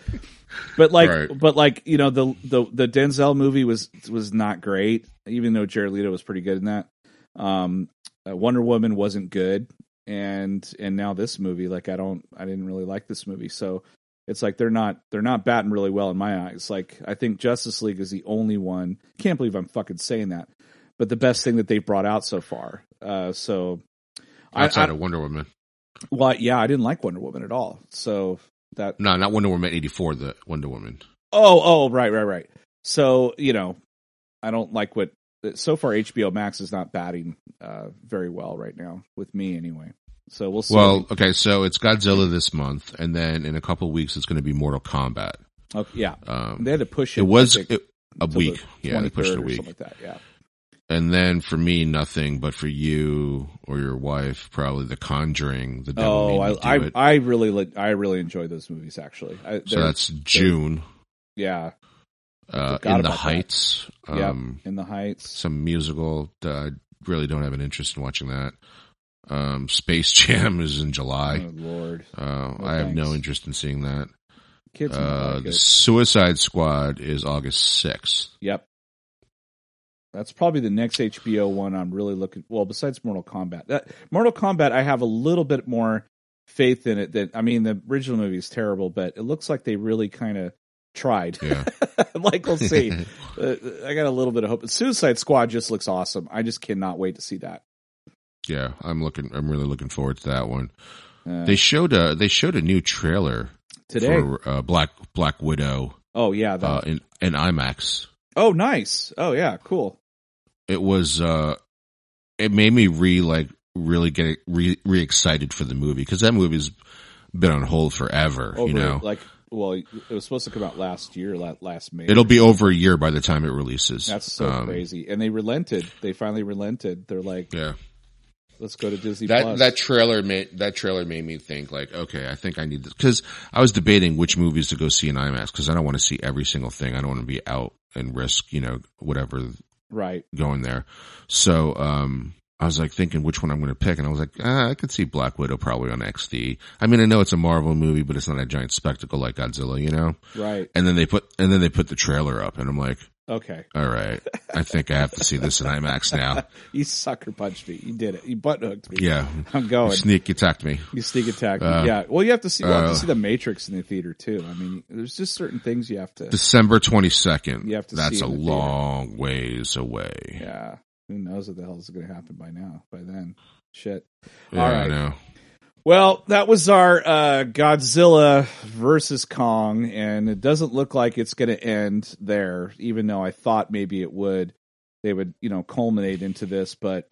Speaker 1: but like,
Speaker 2: Right.
Speaker 1: but like you know the the the Denzel movie was was not great, even though Jared Leto was pretty good in that. Um, uh, Wonder Woman wasn't good, and and now this movie, like I don't, I didn't really like this movie, so. It's like they're not they're not batting really well in my eyes. Like I think Justice League is the only one. Can't believe I'm fucking saying that, but the best thing that they brought out so far. Uh, so I-
Speaker 2: outside
Speaker 1: I-
Speaker 2: of Wonder Woman.
Speaker 1: well, yeah, I didn't like Wonder Woman at all. So that
Speaker 2: No, not Wonder Woman eighty four. The Wonder Woman.
Speaker 1: oh oh right right right. So you know, I don't like what so far HBO Max is not batting uh, very well right now with me anyway. So we'll see.
Speaker 2: Well, okay, so it's Godzilla this month, and then in a couple weeks it's going to be Mortal Kombat.
Speaker 1: Okay, Oh, yeah,
Speaker 2: Um,
Speaker 1: they had to push it.
Speaker 2: it was
Speaker 1: I think,
Speaker 2: it- a
Speaker 1: until
Speaker 2: week,
Speaker 1: the
Speaker 2: yeah, they pushed it a
Speaker 1: 23rd or
Speaker 2: week,
Speaker 1: something like that. Yeah,
Speaker 2: and then for me nothing, but for you or your wife probably The Conjuring. The devil
Speaker 1: Oh,
Speaker 2: made me
Speaker 1: I,
Speaker 2: do
Speaker 1: I
Speaker 2: it.
Speaker 1: I really li- I really enjoy those movies actually. I,
Speaker 2: so
Speaker 1: they're-
Speaker 2: that's June.
Speaker 1: yeah,
Speaker 2: Uh,
Speaker 1: forgot
Speaker 2: in the
Speaker 1: about that.
Speaker 2: Heights,
Speaker 1: Yeah.
Speaker 2: um,
Speaker 1: in the Heights.
Speaker 2: some musical. that I really don't have an interest in watching that. Um, Space Jam is in July.
Speaker 1: oh Lord,
Speaker 2: Uh,
Speaker 1: no
Speaker 2: I have no
Speaker 1: thanks.
Speaker 2: interest in seeing that.
Speaker 1: kids. might
Speaker 2: Uh,
Speaker 1: like
Speaker 2: the
Speaker 1: it.
Speaker 2: Suicide Squad is August 6th.
Speaker 1: Yep. That's probably the next HBO one I'm really looking. Well, besides Mortal Kombat, that Mortal Kombat, I have a little bit more faith in it. That I mean, the original movie is terrible, but it looks like they really kind of tried.
Speaker 2: Yeah.
Speaker 1: like we'll see. uh, I got a little bit of hope. Suicide Squad just looks awesome. I just cannot wait to see that.
Speaker 2: yeah, I'm looking, I'm really looking forward to that one.
Speaker 1: Uh,
Speaker 2: They showed a, they showed a new trailer
Speaker 1: today.
Speaker 2: for uh, Black, Black Widow,
Speaker 1: oh yeah. that-
Speaker 2: uh, in, in IMAX.
Speaker 1: oh nice. Oh yeah. Cool.
Speaker 2: It was, uh, it made me re, like, really get re, re excited for the movie because that movie's been on hold forever,
Speaker 1: Over
Speaker 2: you know?
Speaker 1: like well, it was supposed to come out last year, la- last May.
Speaker 2: It'll be over a year by the time it releases.
Speaker 1: That's so
Speaker 2: Um,
Speaker 1: crazy. And they relented. They finally relented. They're like,
Speaker 2: Yeah.
Speaker 1: let's go to Disney
Speaker 2: that
Speaker 1: Plus.
Speaker 2: that trailer made that trailer made me think like okay I think I need this because I was debating which movies to go see in IMAX because I don't want to see every single thing I don't want to be out and risk you know whatever
Speaker 1: right.
Speaker 2: going there so um I was like thinking which one I'm going to pick and I was like ah, I could see Black Widow probably on XD I mean I know it's a Marvel movie but it's not a giant spectacle like Godzilla you know
Speaker 1: Right.
Speaker 2: and then they put and then they put the trailer up and I'm like
Speaker 1: Okay.
Speaker 2: all right I think I have to see this in IMAX now
Speaker 1: You sucker punched me. You did it. You butt hooked me.
Speaker 2: yeah
Speaker 1: I'm going.
Speaker 2: sneak attacked me
Speaker 1: You sneak attack. me.
Speaker 2: Uh,
Speaker 1: yeah. Well, you have to see. We'll have
Speaker 2: uh,
Speaker 1: to see the Matrix in the theater too. I mean, there's just certain things you have to.
Speaker 2: December 22nd.
Speaker 1: You have to
Speaker 2: That's
Speaker 1: see it
Speaker 2: a
Speaker 1: in the theater.
Speaker 2: long ways away.
Speaker 1: Yeah. Who knows what the hell is going to happen by now? By then, shit.
Speaker 2: Yeah,
Speaker 1: All
Speaker 2: I
Speaker 1: right.
Speaker 2: know.
Speaker 1: Well, that was our uh, Godzilla versus Kong, and it doesn't look like it's going to end there. Even though I thought maybe it would, they would, you know, culminate into this, but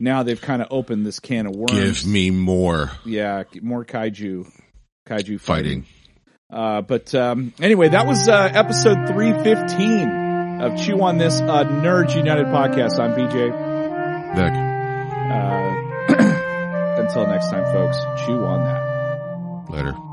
Speaker 1: now they've kind of opened this can of worms.
Speaker 2: Give me more
Speaker 1: yeah, more kaiju,
Speaker 2: fighting.
Speaker 1: kaiju fighting. Uh, but um, anyway, that was uh, episode three fifteen of Chew on This uh, Nerds United podcast. I'm BJ.
Speaker 2: Vic.
Speaker 1: Uh, until next time, folks. Chew on that.
Speaker 2: Later.